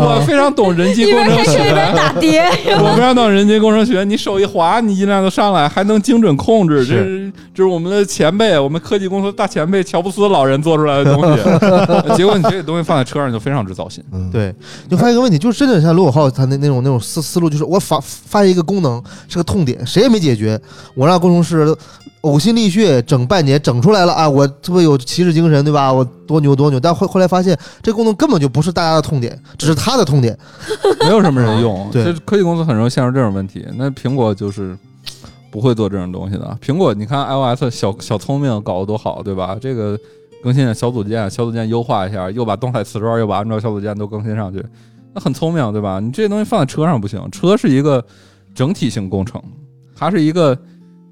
我非常懂人机一工边程 开车一边学，打碟，我非常懂人机工程学。你手一滑，你音量就上来，还能精准控制，这是这是我们的前辈，我们科技公司大前辈乔布斯老人做出来的东西。结果你这个东西放在车上，你就非常之糟心。嗯对，你就发现一个问题，就是真的像罗永浩他那那种那种思思路，就是我发发现一个功能是个痛点，谁也没解决，我让工程师呕心沥血整半年，整出来了啊，我特别有骑士精神，对吧？我多牛多牛，但后后来发现这功能根本就不是大家的痛点，只是他的哦痛点。没有什么人用。对就是科技公司很容易陷入这种问题。那苹果就是不会做这种东西的。苹果，你看 iOS 小小聪明搞得多好，对吧？这个更新点小组件，小组件优化一下，又把动态瓷砖，又把安卓小组件都更新上去，那很聪明，对吧？你这些东西放在车上不行，车是一个整体性工程，它是一个。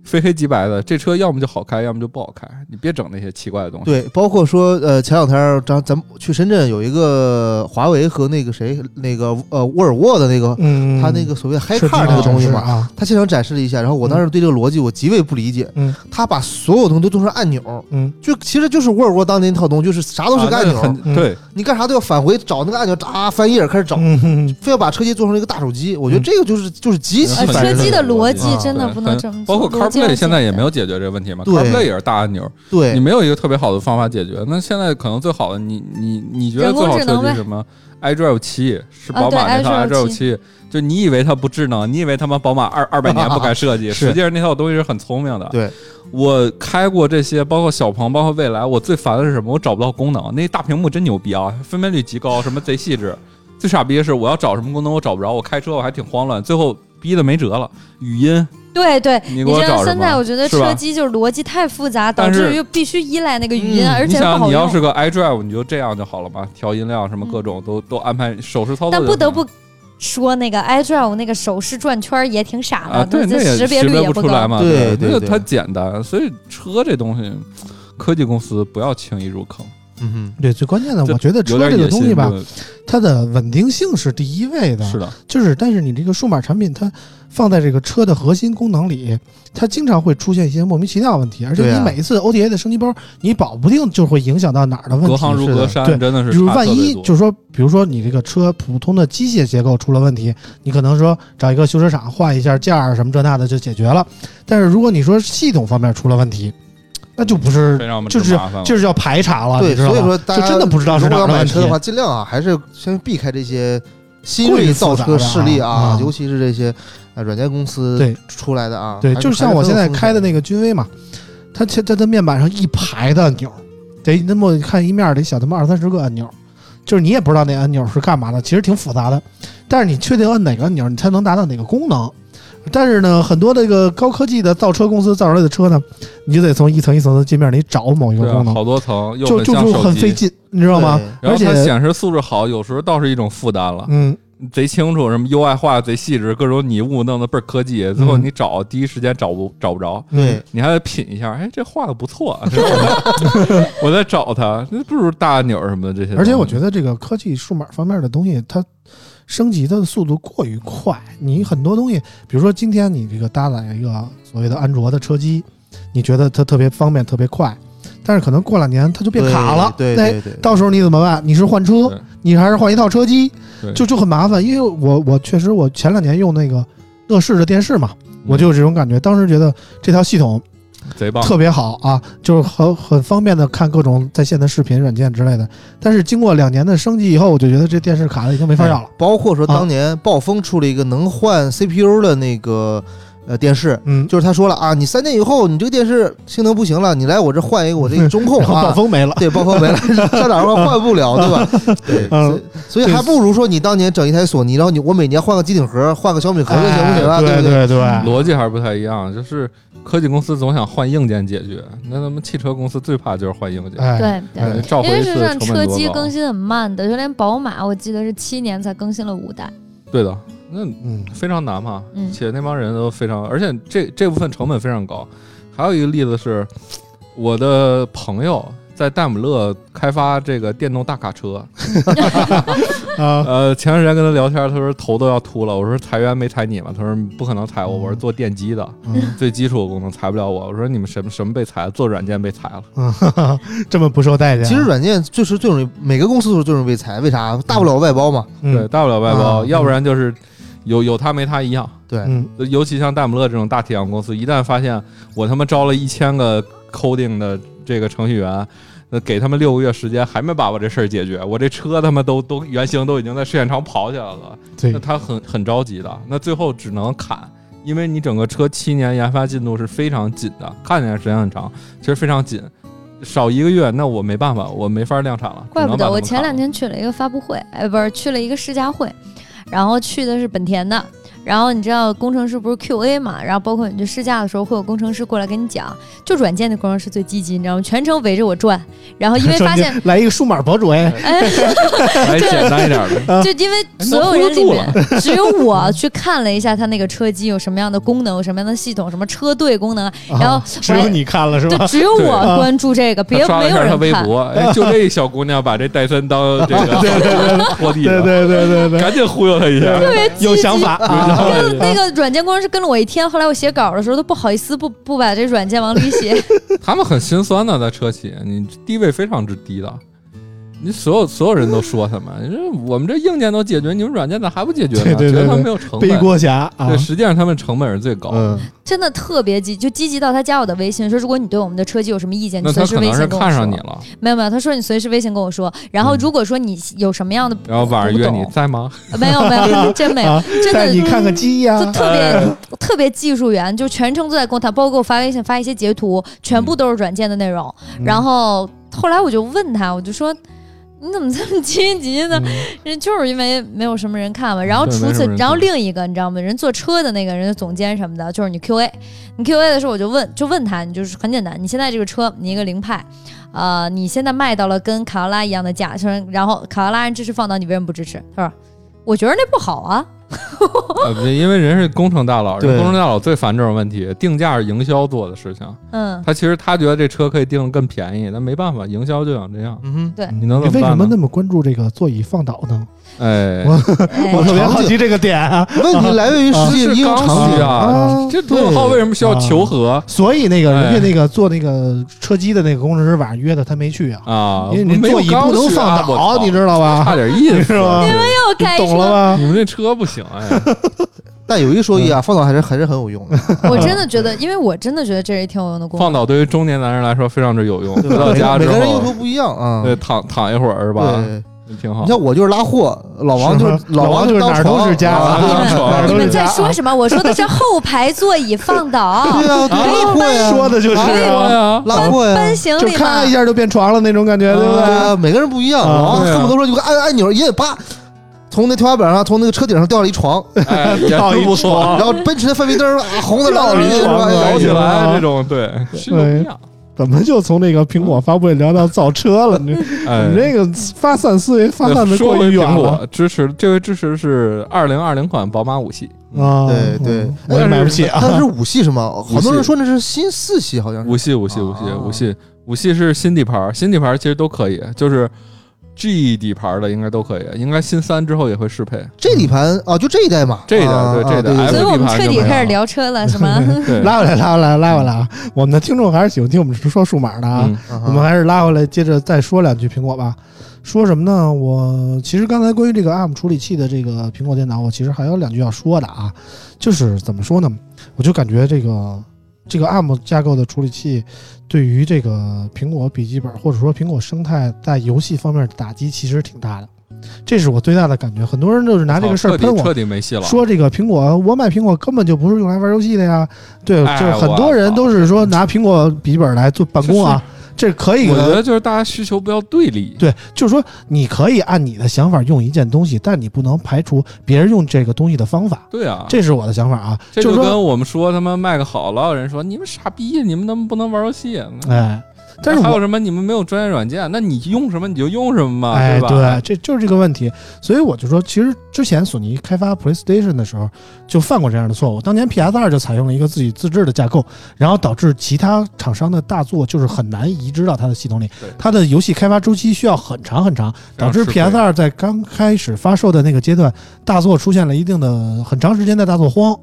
非黑即白的，这车要么就好开，要么就不好开。你别整那些奇怪的东西。对，包括说呃，前两天儿咱咱们去深圳有一个华为和那个谁那个呃沃尔沃的那个，嗯，他那个所谓 h i 是 car 那个东西嘛，啊，他现场展示了一下，然后我当时对这个逻辑我极为不理解。嗯，他把所有东西都做成按钮，嗯就其实就是沃尔沃当年那套东西，就是啥都是个啊按钮，那很嗯对，你干啥都要返回找那个按钮，啊，翻页开始找，嗯嗯非要把车机做成一个大手机。我觉得这个就是就是极其嗯烦车人机的的逻辑啊真的对不能很嗯这么包做括逻经 CarPlay 济现在也没有解决这个问题嘛对，CarPlay 也是大按钮，你嗯对，没有一个特别好的方法解决。那现在可能最好的，你你你觉得人工最好智车能机呗是什么？iDrive 七是啊宝对马那套 iDrive iDrive 七，就你以为它不智能，你以为他妈宝马二二百年不改设计，是实际上那套东西是很聪明的。对，我开过这些，包括小鹏，包括蔚来，我最烦的是什么？我找不到功能。那大屏幕真牛逼啊，分辨率极高，什么贼细致。最傻逼的是，我要找什么功能我找不着，我开车我还挺慌乱，最后逼的没辙了。语音，对对，你你给我知道找什现在么我觉得是吧车机就是逻辑太复杂，导但致是于必须依赖那个语音，嗯而你且不想好你要用。嗯是个 iDrive，你就这样就好了嘛，调音量什么各种都都安排手势操作就但行了。不得不说，那个 iDrive 那个手势转圈儿也挺傻的，啊，对，这那也识别别率也不出高。来嘛，对对那个对它简单，所以车这东西，科技公司不要轻易入坑。嗯对，最关键的，这我觉得有车点这个野心东西吧，就它的稳定性是第一位的，是的，就是，但是你这个数码产品，它放在这个车的核心功能里，它经常会出现一些莫名其妙的问题，而且对啊你每一次 OTA 的升级包，你保不定就会影响到哪儿的问题。隔行如是的隔山，对真的是比如差万特别一多就是说，比如说你这个车普通的机械结构出了问题，你可能说找一个修车厂换一下件儿什么这那的就解决了。但是如果你说系统方面出了问题，那就不非是常就是麻烦了。就是要排查了，对，啊你知道所以吧说大就家真的不知道是如哪果儿要的买问题车的话，尽量啊还是先避开这些新过于锐造复杂的车啊势力啊啊，尤其是这些呃软件公司对出来的啊，对，还就是像我现在开的那个个君威嘛，它它它的面板上一排的按钮，得那么看一面得小他妈二三十个按钮，就是你也不知道那按钮是干嘛的，其实挺复杂的。但是你确定按哪个按钮，你才能达到哪个功能。但是呢，很多这个高科技的造车公司造出来的车呢，你就得从一层一层的界面里找某一个对啊功能，好多层，又就就像就手很机费。劲，你知道吗？而然后且它显示素质好，有时候倒是一种负担了，嗯，贼清楚，什么 UI 画得贼细致，各种你物弄得倍儿科技，最后嗯你找第一时间找不找不着，对你还得品一下，哎，这画的不错， 是吧我在 找它，那不如大按钮什么的这些东西。而且我觉得这个科技数码方面的东西，它升级的速度过于快。你很多东西，比如说今天你这个搭载一个所谓的安卓的车机，你觉得它特别方便、特别快，但是可能过两年它就变卡了。对那对对，到时候你怎么办？你是换车对，你还是换一套车机对，就就很麻烦。因为我我确实我前两年用那个乐视的电视嘛，我就有这种感觉。当时觉得这套系统嗯贼棒，特别好啊，就是很很方便的看各种在线的视频软件之类的。但是经过两年的升级以后，我就觉得这电视卡的已经没法要了。包括说当年暴风出了一个能换 CPU 的那个呃电视。嗯，就是他说了啊，你三年以后你这个电视性能不行了，你来我这换一个，我这中控然后啊，暴风没了。对，暴风没了，上哪儿换换不了，对吧？对，所以所以还不如说你当年整一台索尼，然后你我每年换个机顶盒，换个小米盒就行不行啊？哎不对对？对对，逻辑还是不太一样，就是科技公司总想换硬件解决，那咱们汽车公司最怕就是换硬件，哎，对对。哎召因回为一事次实上，成车本机多更高？新很慢的，就连宝马，我记得是七年才更新了五代。对的，那嗯，非常难嘛，嗯且那帮人都非常，而且这这部分成本非常高。还有一个例子是，我的朋友在戴姆勒开发这个电动大卡车，啊， 呃，前段时间跟他聊天，他说头都要秃了，我说裁员没裁你嘛，他说不可能裁我，我是做电机的，嗯最基础的功能裁不了我，我说你们什么什么被裁，做软件被裁了。嗯哈哈这么不受待见。啊其实软件最是最容易，每个公司都是最容易被裁，为啥？大不了外包嘛。对，嗯，大不了外包，啊要不然就是有有他没他一样。对，嗯，尤其像戴姆勒这种大体量公司，一旦发现我他妈招了一千个 coding 的这个程序员，那给他们六个月时间还没把我这事儿解决，我这车他妈都都原型都已经在试验场跑起来了，对那，他很很着急的，那最后只能砍。因为你整个车七年研发进度是非常紧的，看起来时间很长，其实非常紧，少一个月，那我没办法，我没法量产了。只怪不能把得他我们前砍两了天去了一个发布会，哎，不是去了一个试驾会，然后去的是本田的。然后你知道工程师不是 QA 嘛？然后包括你去试驾的时候，会有工程师过来跟你讲，就软件的工程师最积极，你知道吗？全程围着我转。然后因 为发现，来一个数码博主哎，哎， 来简单一点的，啊就因为所有人里哎面， 只有我去看了一下他那个车机有什么样的功能，有什么样的系统，什么车队功能，然后啊只有你看了是就吧？只有对我啊关注这个，别他刷了没一有下他人微看。 博，哎，就这小姑娘把这戴森当这 个 拖地对 的，对对对对，赶紧忽悠他一下。有想法啊！那那个软件工程师跟了我一天，后来我写稿的时候都不好意思不不把这软件往里写。 他们很心酸的，在车企，你地位非常之低的。你所有所有人都说他们， 这我们这硬件都解决，你们软件咋还不解决呢？对对对觉得他对们没有成背本。锅侠啊对，，实际上他们成本是最高的。嗯，真的特别积，就积极到他加我的微信，说如果你对我们的车机有什么意见，那你他随时可微能信是跟我说。看上你了，没有没有，他说你随时微信跟我说，然后如果说你有什么样的不嗯懂，然后晚上约你在吗？ 没有没有，真没有，啊真带的嗯你看看鸡呀就，特别、特别技术员，就全程都在跟我谈，包括给我发微信发一些截图，全部都是软件的内容。嗯然后后来我就问他，我就说。你怎么这么积极呢？人就是因为没有什么人看嘛。然后对除没什此么人，然后看另一个你知道吗？人坐车的那个人的总监什么的，就是你 Q A，你 Q A 的时候我就问，就问他，你就是很简单，你现在这个车，你一个凌派，呃，你现在卖到了跟卡罗拉一样的价，就是然后卡罗拉人支持放倒，你为什么不支持？他说，我觉得那不好啊。呃，不因为人是工程大佬，人对工程大佬最烦这种问题，定价是营销做的事情。 嗯，他其实他觉得这车可以定得更便宜，但没办法，营销就想这样。嗯哼，对，你能你怎为什办呢么那？么关注这个座椅放倒呢？哎，我哎我特别好奇这个点啊，问题来源于实际这 应是用刚场需景。啊啊！这罗永浩为什么需要求和所以那个哎人家那个做那个车机的那个工程师晚上约的，他没去啊，啊？因为你没有座椅刚不能需啊放我倒，操你知道吧？差点意思啊是吧？又开懂了车，吧？你们这车不行哎，但有一说一啊，放倒还是还是很有用的。我真的觉得，因为我真的觉得这是一挺有用的功放能。倒对于中年男人来说非常之有用。回对吧到家每之个每个人用后途，不一样啊。对，躺躺一会儿是吧？对，挺好你。像我就是拉货，老王就是是老王王就是当哪儿床都是家啊啊哪儿你都是们在家。说什么？我说的是后排座椅放 倒，对啊，啊拉货呀，说的就是对啊，呀，拉货呀，搬行就李嘛咔。一下就变床了那种感觉，对不对对？啊，每个人不一样，啊老王对啊恨不得说有个按按钮，也得叭。从那天花板上，从那个车顶上掉了一 床，哎，也到是一不错然。后奔驰的范围灯啊，红的哎掉蓝了的一是床 吧？啊聊摇起起来，来这种对，是不一样。怎么就从那个苹果发布会聊到造车了？你哎你，这个发散思维发散的说过于回远苹了果支持，这位支持是二零二零款宝马五系，啊！对对哎嗯我也买不起啊！它是五系是 吗？系好多人说那是新四系，好像是五系五系五系啊五系五系是新底盘，新底盘其实都可以，就是 G 底盘的应该都可以，应该新三之后也会适配。这底盘啊，就这一代嘛，这一代啊对这一啊代对所以对我们彻底开始聊车了，是吗？ 对，拉回来，拉回来，拉回来啊！我们的听众还是喜欢听我们说数码的啊。嗯啊哈我们还是拉回来，接着再说两句苹果吧。说什么呢？我其实刚才关于这个 ARM 处理器的这个苹果电脑，我其实还有两句要说的啊，就是怎么说呢？我就感觉这个这个 ARM 架构的处理器对于这个苹果笔记本或者说苹果生态在游戏方面的打击其实挺大的，这是我最大的感觉。很多人就是拿这个事彻儿底喷我，彻底没戏了。说这个苹果，我买苹果根本就不是用来玩游戏的呀。对，哎就是很多人都是说拿苹果笔记本来做办公啊，这可以我觉的。得就是大家需求不要对立，对，就是说你可以按你的想法用一件东西，但你不能排除别人用这个东西的方法。对啊，这是我的想法啊，这就是说，跟我们说他妈卖个好，老有人说你们傻逼，你们他妈不能玩游戏。啊哎，但是还有我什么？你们没有专业软件，那你用什么你就用什么嘛，哎，吧？对，这就是这个问题。所以我就说，其实之前索尼开发 PlayStation 的时候就犯过这样的错误。当年 PS 二就采用了一个自己自制的架构，然后导致其他厂商的大作就是很难移植到它的系统里对，它的游戏开发周期需要很长很长，非常导致吃亏 PS 二在刚开始发售的那个阶段，大作出现了一定的很长时间的大作荒。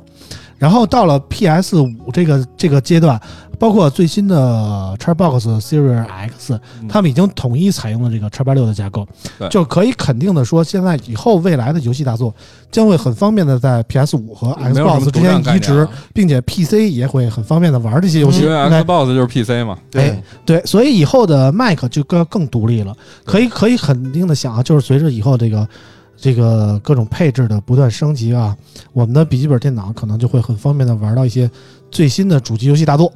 然后到了 PS 五这个这个阶段，包括最新的 Xbox Series X，嗯他们已经统一采用了这个叉八六的架构对，就可以肯定的说，现在以后未来的游戏大作将会很方便的在 PS 五和没有什 Xbox 么之独占间概移念植啊，并且 PC 也会很方便的玩这些游戏。因为应该 Xbox 就是 PC 嘛，哎，对，所以以后的 Mac 就更更独立了，可以可以肯定的想啊，就是随着以后这个这个各种配置的不断升级啊，我们的笔记本电脑可能就会很方便的玩到一些最新的主机游戏大作。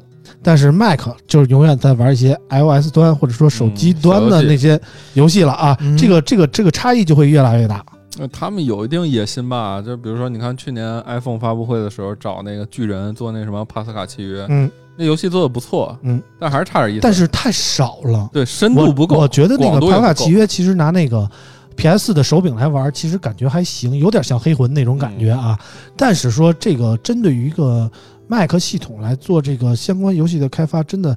但是 Mac 就是永远在玩一些 iOS 端或者说手机嗯端小游的戏那些游戏了啊，嗯这个这个这个差异就会越来越大。那呃他们有一定野心吧？就比如说，你看去年 iPhone 发布会的时候，找那个巨人做那什么《帕斯卡契约》，嗯，那游戏做的不错，嗯，但还是差点意思。但是太少了，对深我度不够，我觉得那广个度《也帕不卡够契约》其实拿那个 PS 的手柄来玩，其实感觉还行，有点像黑魂那种感觉啊。嗯但是说这个针对于一个 Mac 系统来做这个相关游戏的开发，真的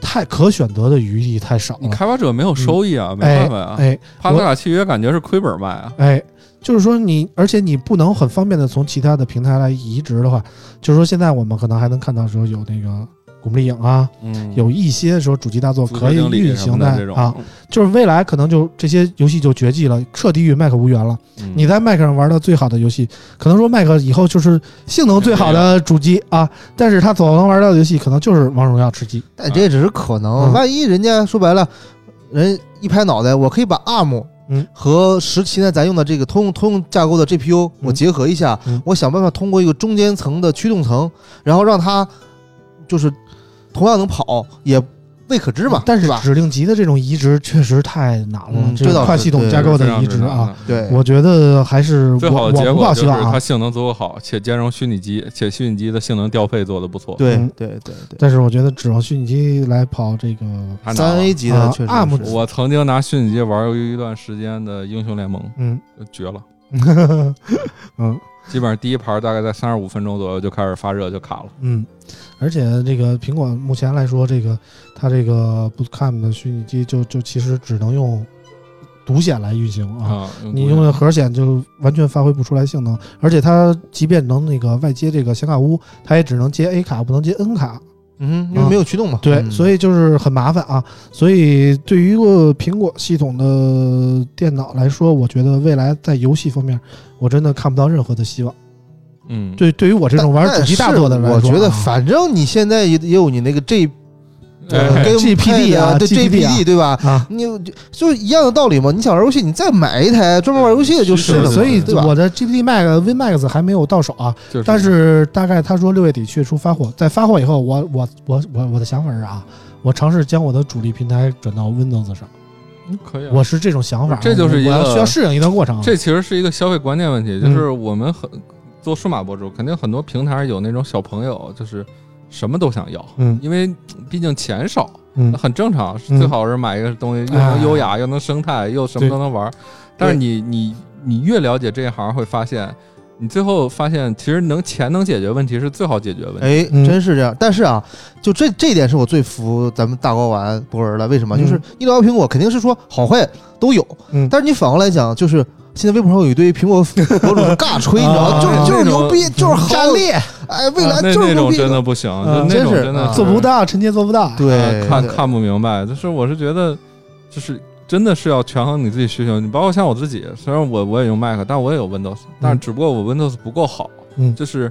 太可选择的余地太少你了。开发者没有收益啊，没哎办法啊。哎帕斯卡契约感觉是亏本卖啊，哎，就是说你，而且你不能很方便的从其他的平台来移植的话，就是说现在我们可能还能看到说有那个。古墓丽影啊，嗯，有一些说主机大作组可以织经理运什行么在的这种嗯啊，，就是未来可能就这些游戏就绝迹了，彻底与 Mac 无缘了。嗯你在 Mac 上玩到最好的游戏，可能说 Mac 以后就是性能最好的主机啊，但是它所能玩到的游戏可能就是王者荣耀吃鸡。但这只是可能，嗯万一人家说白了，人一拍脑袋，我可以把 ARM 嗯和十七代咱用的这个通用通用架构的 GPU 我结合一下，嗯我想办法通过一个中间层的驱动层，然后让它就是同样能跑，也未可知嘛，但是吧？指令集的这种移植确实太难了，嗯这这倒种是跨系统对架啊这构是非的常移正植常啊的。。对，我觉得还是最我好我的结不果抱希就是望啊它，性能足够好，且兼容虚拟机，且虚拟机的性能调配做得不错。对嗯对对对，但是我觉得指望虚拟机来跑这个，他拿三了 A 级的啊确实 ARM 是我曾经拿虚拟机玩过一段时间的《英雄联盟嗯，》， 绝了。嗯基本上第一盘大概在三十五分钟左右就开始发热，就卡了。嗯，而且这个苹果目前来说，这个它这个 Bootcamp 的虚拟机就就其实只能用独显来运行啊。啊，你用的核显就完全发挥不出来性能，而且它即便能那个外接这个显卡坞，它也只能接 A 卡，不能接 N 卡。嗯，因为没有驱动嘛，啊对，嗯所以就是很麻烦啊。所以对于一个苹果系统的电脑来说，我觉得未来在游戏方面，我真的看不到任何的希望。嗯，对，对于我这种玩但主机大作的人来但是说啊，我觉得反正你现在也也有你那个 G 哎对跟呃 GPD 啊对 GPD 啊 GPD 对吧？啊，你就就是一样的道理嘛。你想玩游戏，你再买一台专门玩游戏的就是是了嘛，的所以对吧我？的 GPD Max、Win Max 还没有到手啊，就但是大概他说六月底七月初发货，在发货以后，我我我我我的想法是啊，我尝试将我的主力平台转到 Windows 上，嗯可以啊。我是这种想法啊，这就是一我个要需要适应一段过程啊。嗯这其实是一个消费观念问题，就是我们很做数码博主，肯定很多平台有那种小朋友，就是什么都想要，嗯因为毕竟钱少，嗯那很正常。嗯最好是买一个东西，又哎能优雅，又能生态，又什么都能玩儿。但是你你你越了解这一行，会发现，你最后发现，其实能钱能解决问题是最好解决问题。哎，嗯真是这样。但是啊，就这这一点是我最服咱们大高玩博文了。为什么？嗯就是一聊苹果，肯定是说好坏都有。嗯但是你反过来讲，就是现在微博上有一堆苹果博主是尬吹，你知道吗？啊就是就是牛逼，就是好战略哎，未啊来那就是那牛种逼。真的不行，啊就那真种是真的啊做不。到，臣妾做不到。对，呃看对看不明白，就是我是觉得，就是真的是要权衡你自己需求。你包括像我自己，虽然我我也用 Mac，但我也有 Windows，但是只不过我 Windows 不够好。嗯就是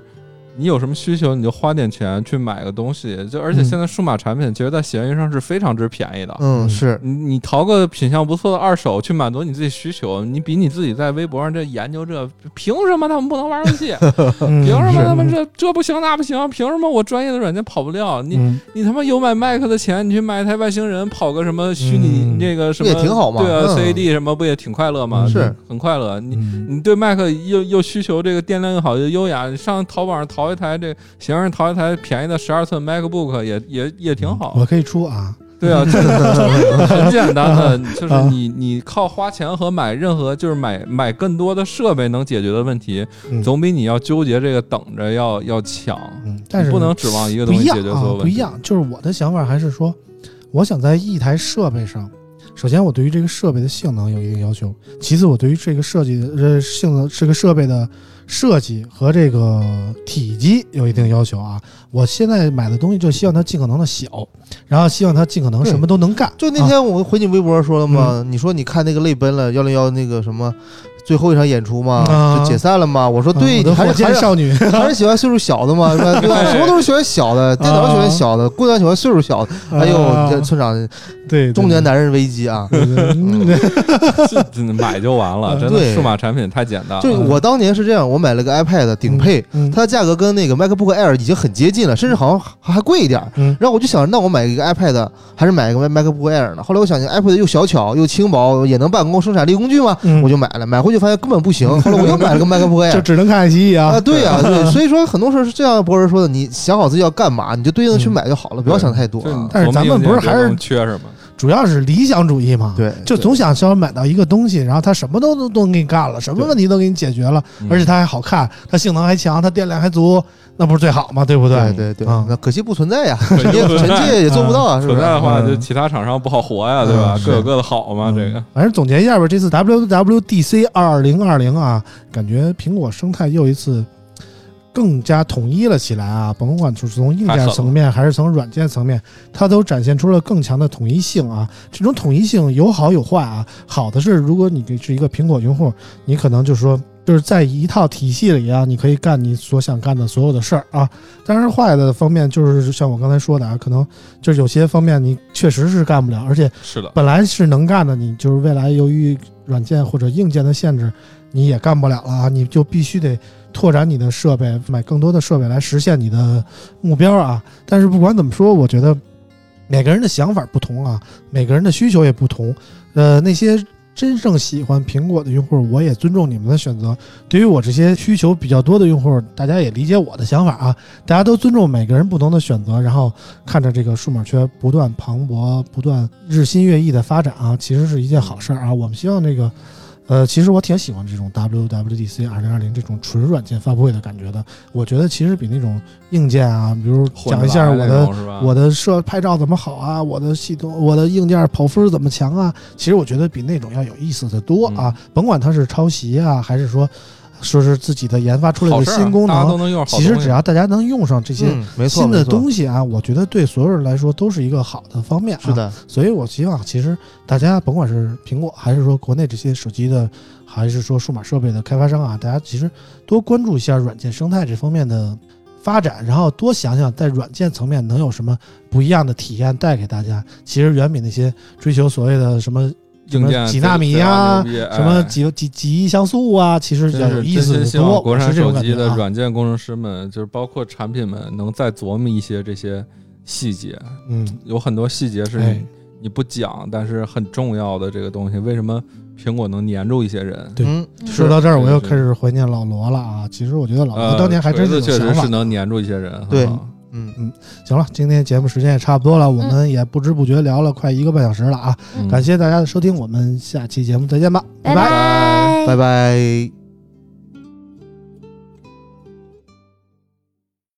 你有什么需求，你就花点钱去买个东西。就而且嗯现在数码产品，其实在闲鱼上是非常之便宜的。嗯，是你你淘个品相不错的二手，去满足你自己需求，你比你自己在微博上这研究这，凭什么他们不能玩游戏？嗯凭什么他们是这这不行那不行？凭什么我专业的软件跑不了？你嗯你他妈有买麦克的钱，你去买一台外星人，跑个什么虚拟嗯那个什么，也挺好嘛对啊嗯，CAD 什么不也挺快乐吗？是很快乐。你嗯你对麦克又又需求这个电量又好又优雅，你上淘宝上淘一台这闲人淘一台便宜的十二寸 MacBook 也也也挺好我。可以出啊，对啊，这个很简单的，就是你你靠花钱和买任何就是买买更多的设备能解决的问题，嗯总比你要纠结这个等着要要强。嗯，但是你不能指望一个不东西一样解决所有啊，问题。不一样。就是我的想法还是说，我想在一台设备上，首先我对于这个设备的性能有一定要求，其次我对于这个设计的呃性能这个设备的设计和这个体积有一定要求啊。我现在买的东西就希望它尽可能的小，然后希望它尽可能什么都能干。就那啊嗯天我回你微博说了嘛，你说你看那个泪奔了幺零幺那个什么最后一场演出嘛，嗯就解散了嘛。我说啊对，我你的还火是还箭是少女，还是喜欢岁数小的嘛，是 吧？对吧？对什么都是喜欢小的，电脑喜欢小的，姑娘喜欢岁数小的。 哎呦，啊这村长对中年。男人危机啊！对对对对 对这这买就完了，嗯真的对数码产品太简单就了。我当年是这样，我买了个 iPad 顶配，啊嗯它的价格跟那个 MacBook Air 已经很接近了，甚至好像还还贵一点儿。嗯然后我就想，那我买一个 iPad 还是买一个 MacBook Air 呢？后来我想，iPad 又小巧又轻薄，也能办公生产力工具嘛，嗯我就买哎了。买回去发现根本不行，后来我又买了个 MacBook 就 Air。只能看爱奇艺啊，啊。对呀、对，所以说很多事儿是这样，博士说的，你想好自己要干嘛，你就对应的去买就好了，不要想太多就啊你。但是咱们不是还是琢磨一下这东西 缺什么？主要是理想主义嘛，对就总想说买到一个东西，然后它什么都都都给你干了，什么问题都给你解决了，嗯而且它还好看，它性能还强，它电量还足，那不是最好吗？对不对对？对对，啊那可惜不存在呀，可惜臣妾不存在臣妾也做不到啊，是存不是在？的话，嗯就其他厂商不好活呀，对吧嗯？是各有各的好嘛，嗯这个。反正总结一下吧，这次 WWDC 二零二零啊，感觉苹果生态又一次更加统一了起来啊，甭管是从硬太狠件了层面还是从软件层面，它都展现出了更强的统一性啊。这种统一性有好有坏啊。好的是，如果你是一个苹果用户，你可能就是说。就是在一套体系里啊，你可以干你所想干的所有的事儿啊。但是坏的方面就是像我刚才说的啊，可能就是有些方面你确实是干不了，而且是的，本来是能干的，你就是未来由于软件或者硬件的限制，你也干不了了啊！你就必须得拓展你的设备，买更多的设备来实现你的目标啊！但是不管怎么说，我觉得每个人的想法不同啊，每个人的需求也不同。呃，那些真正喜欢苹果的用户，我也尊重你们的选择。对于我这些需求比较多的用户，大家也理解我的想法啊！大家都尊重每个人不同的选择，然后看着这个数码圈不断磅礴、不断日新月异的发展啊，其实是一件好事儿啊。我们希望这个，呃，其实我挺喜欢这种 WWDC 二零二零这种纯软件发布会的感觉的。我觉得其实比那种硬件啊，比如混讲着一下来我那的种是吧我的摄拍照怎么好啊，我的系统、我的硬件跑分儿怎么强啊，其实我觉得比那种要有意思的多啊。甭管它是抄袭啊，还是说说是自己的研发出来好的事儿啊新功大家能都，能用，其实只要大家能用上这些嗯，没错，新的没错东西啊，我觉得对所有人来说都是一个好的方面、啊。是，的，所以我希望其实大家甭管是苹果，还是说国内这些手机的，还是说数码设备的开发商啊，大家其实多关注一下软件生态这方面的发展，然后多想想在软件层面能有什么不一样的体验带给大家。其实远比那些追求所谓的什么硬件几纳米贼呀贼牛逼什么哎几几几亿像素啊，其实要真有是意真思心的希望多。国我是产这手种感机觉的啊。软件工程师们，就是包括产品们，能再琢磨一些这些细节。嗯，有很多细节是你、哎你不讲，但是很重要的这个东西，为什么苹果能黏住一些人？对嗯，说到这儿，我又开是始怀念老罗了啊！其实我觉得老罗呃，当年还真是有锤子确实想法是。能黏住一些人。对哈嗯，行了，今天节目时间也差不多了，我们也不知不觉聊了快一个半小时了啊！嗯感谢大家的收听，我们下期节目再见吧，拜拜拜拜。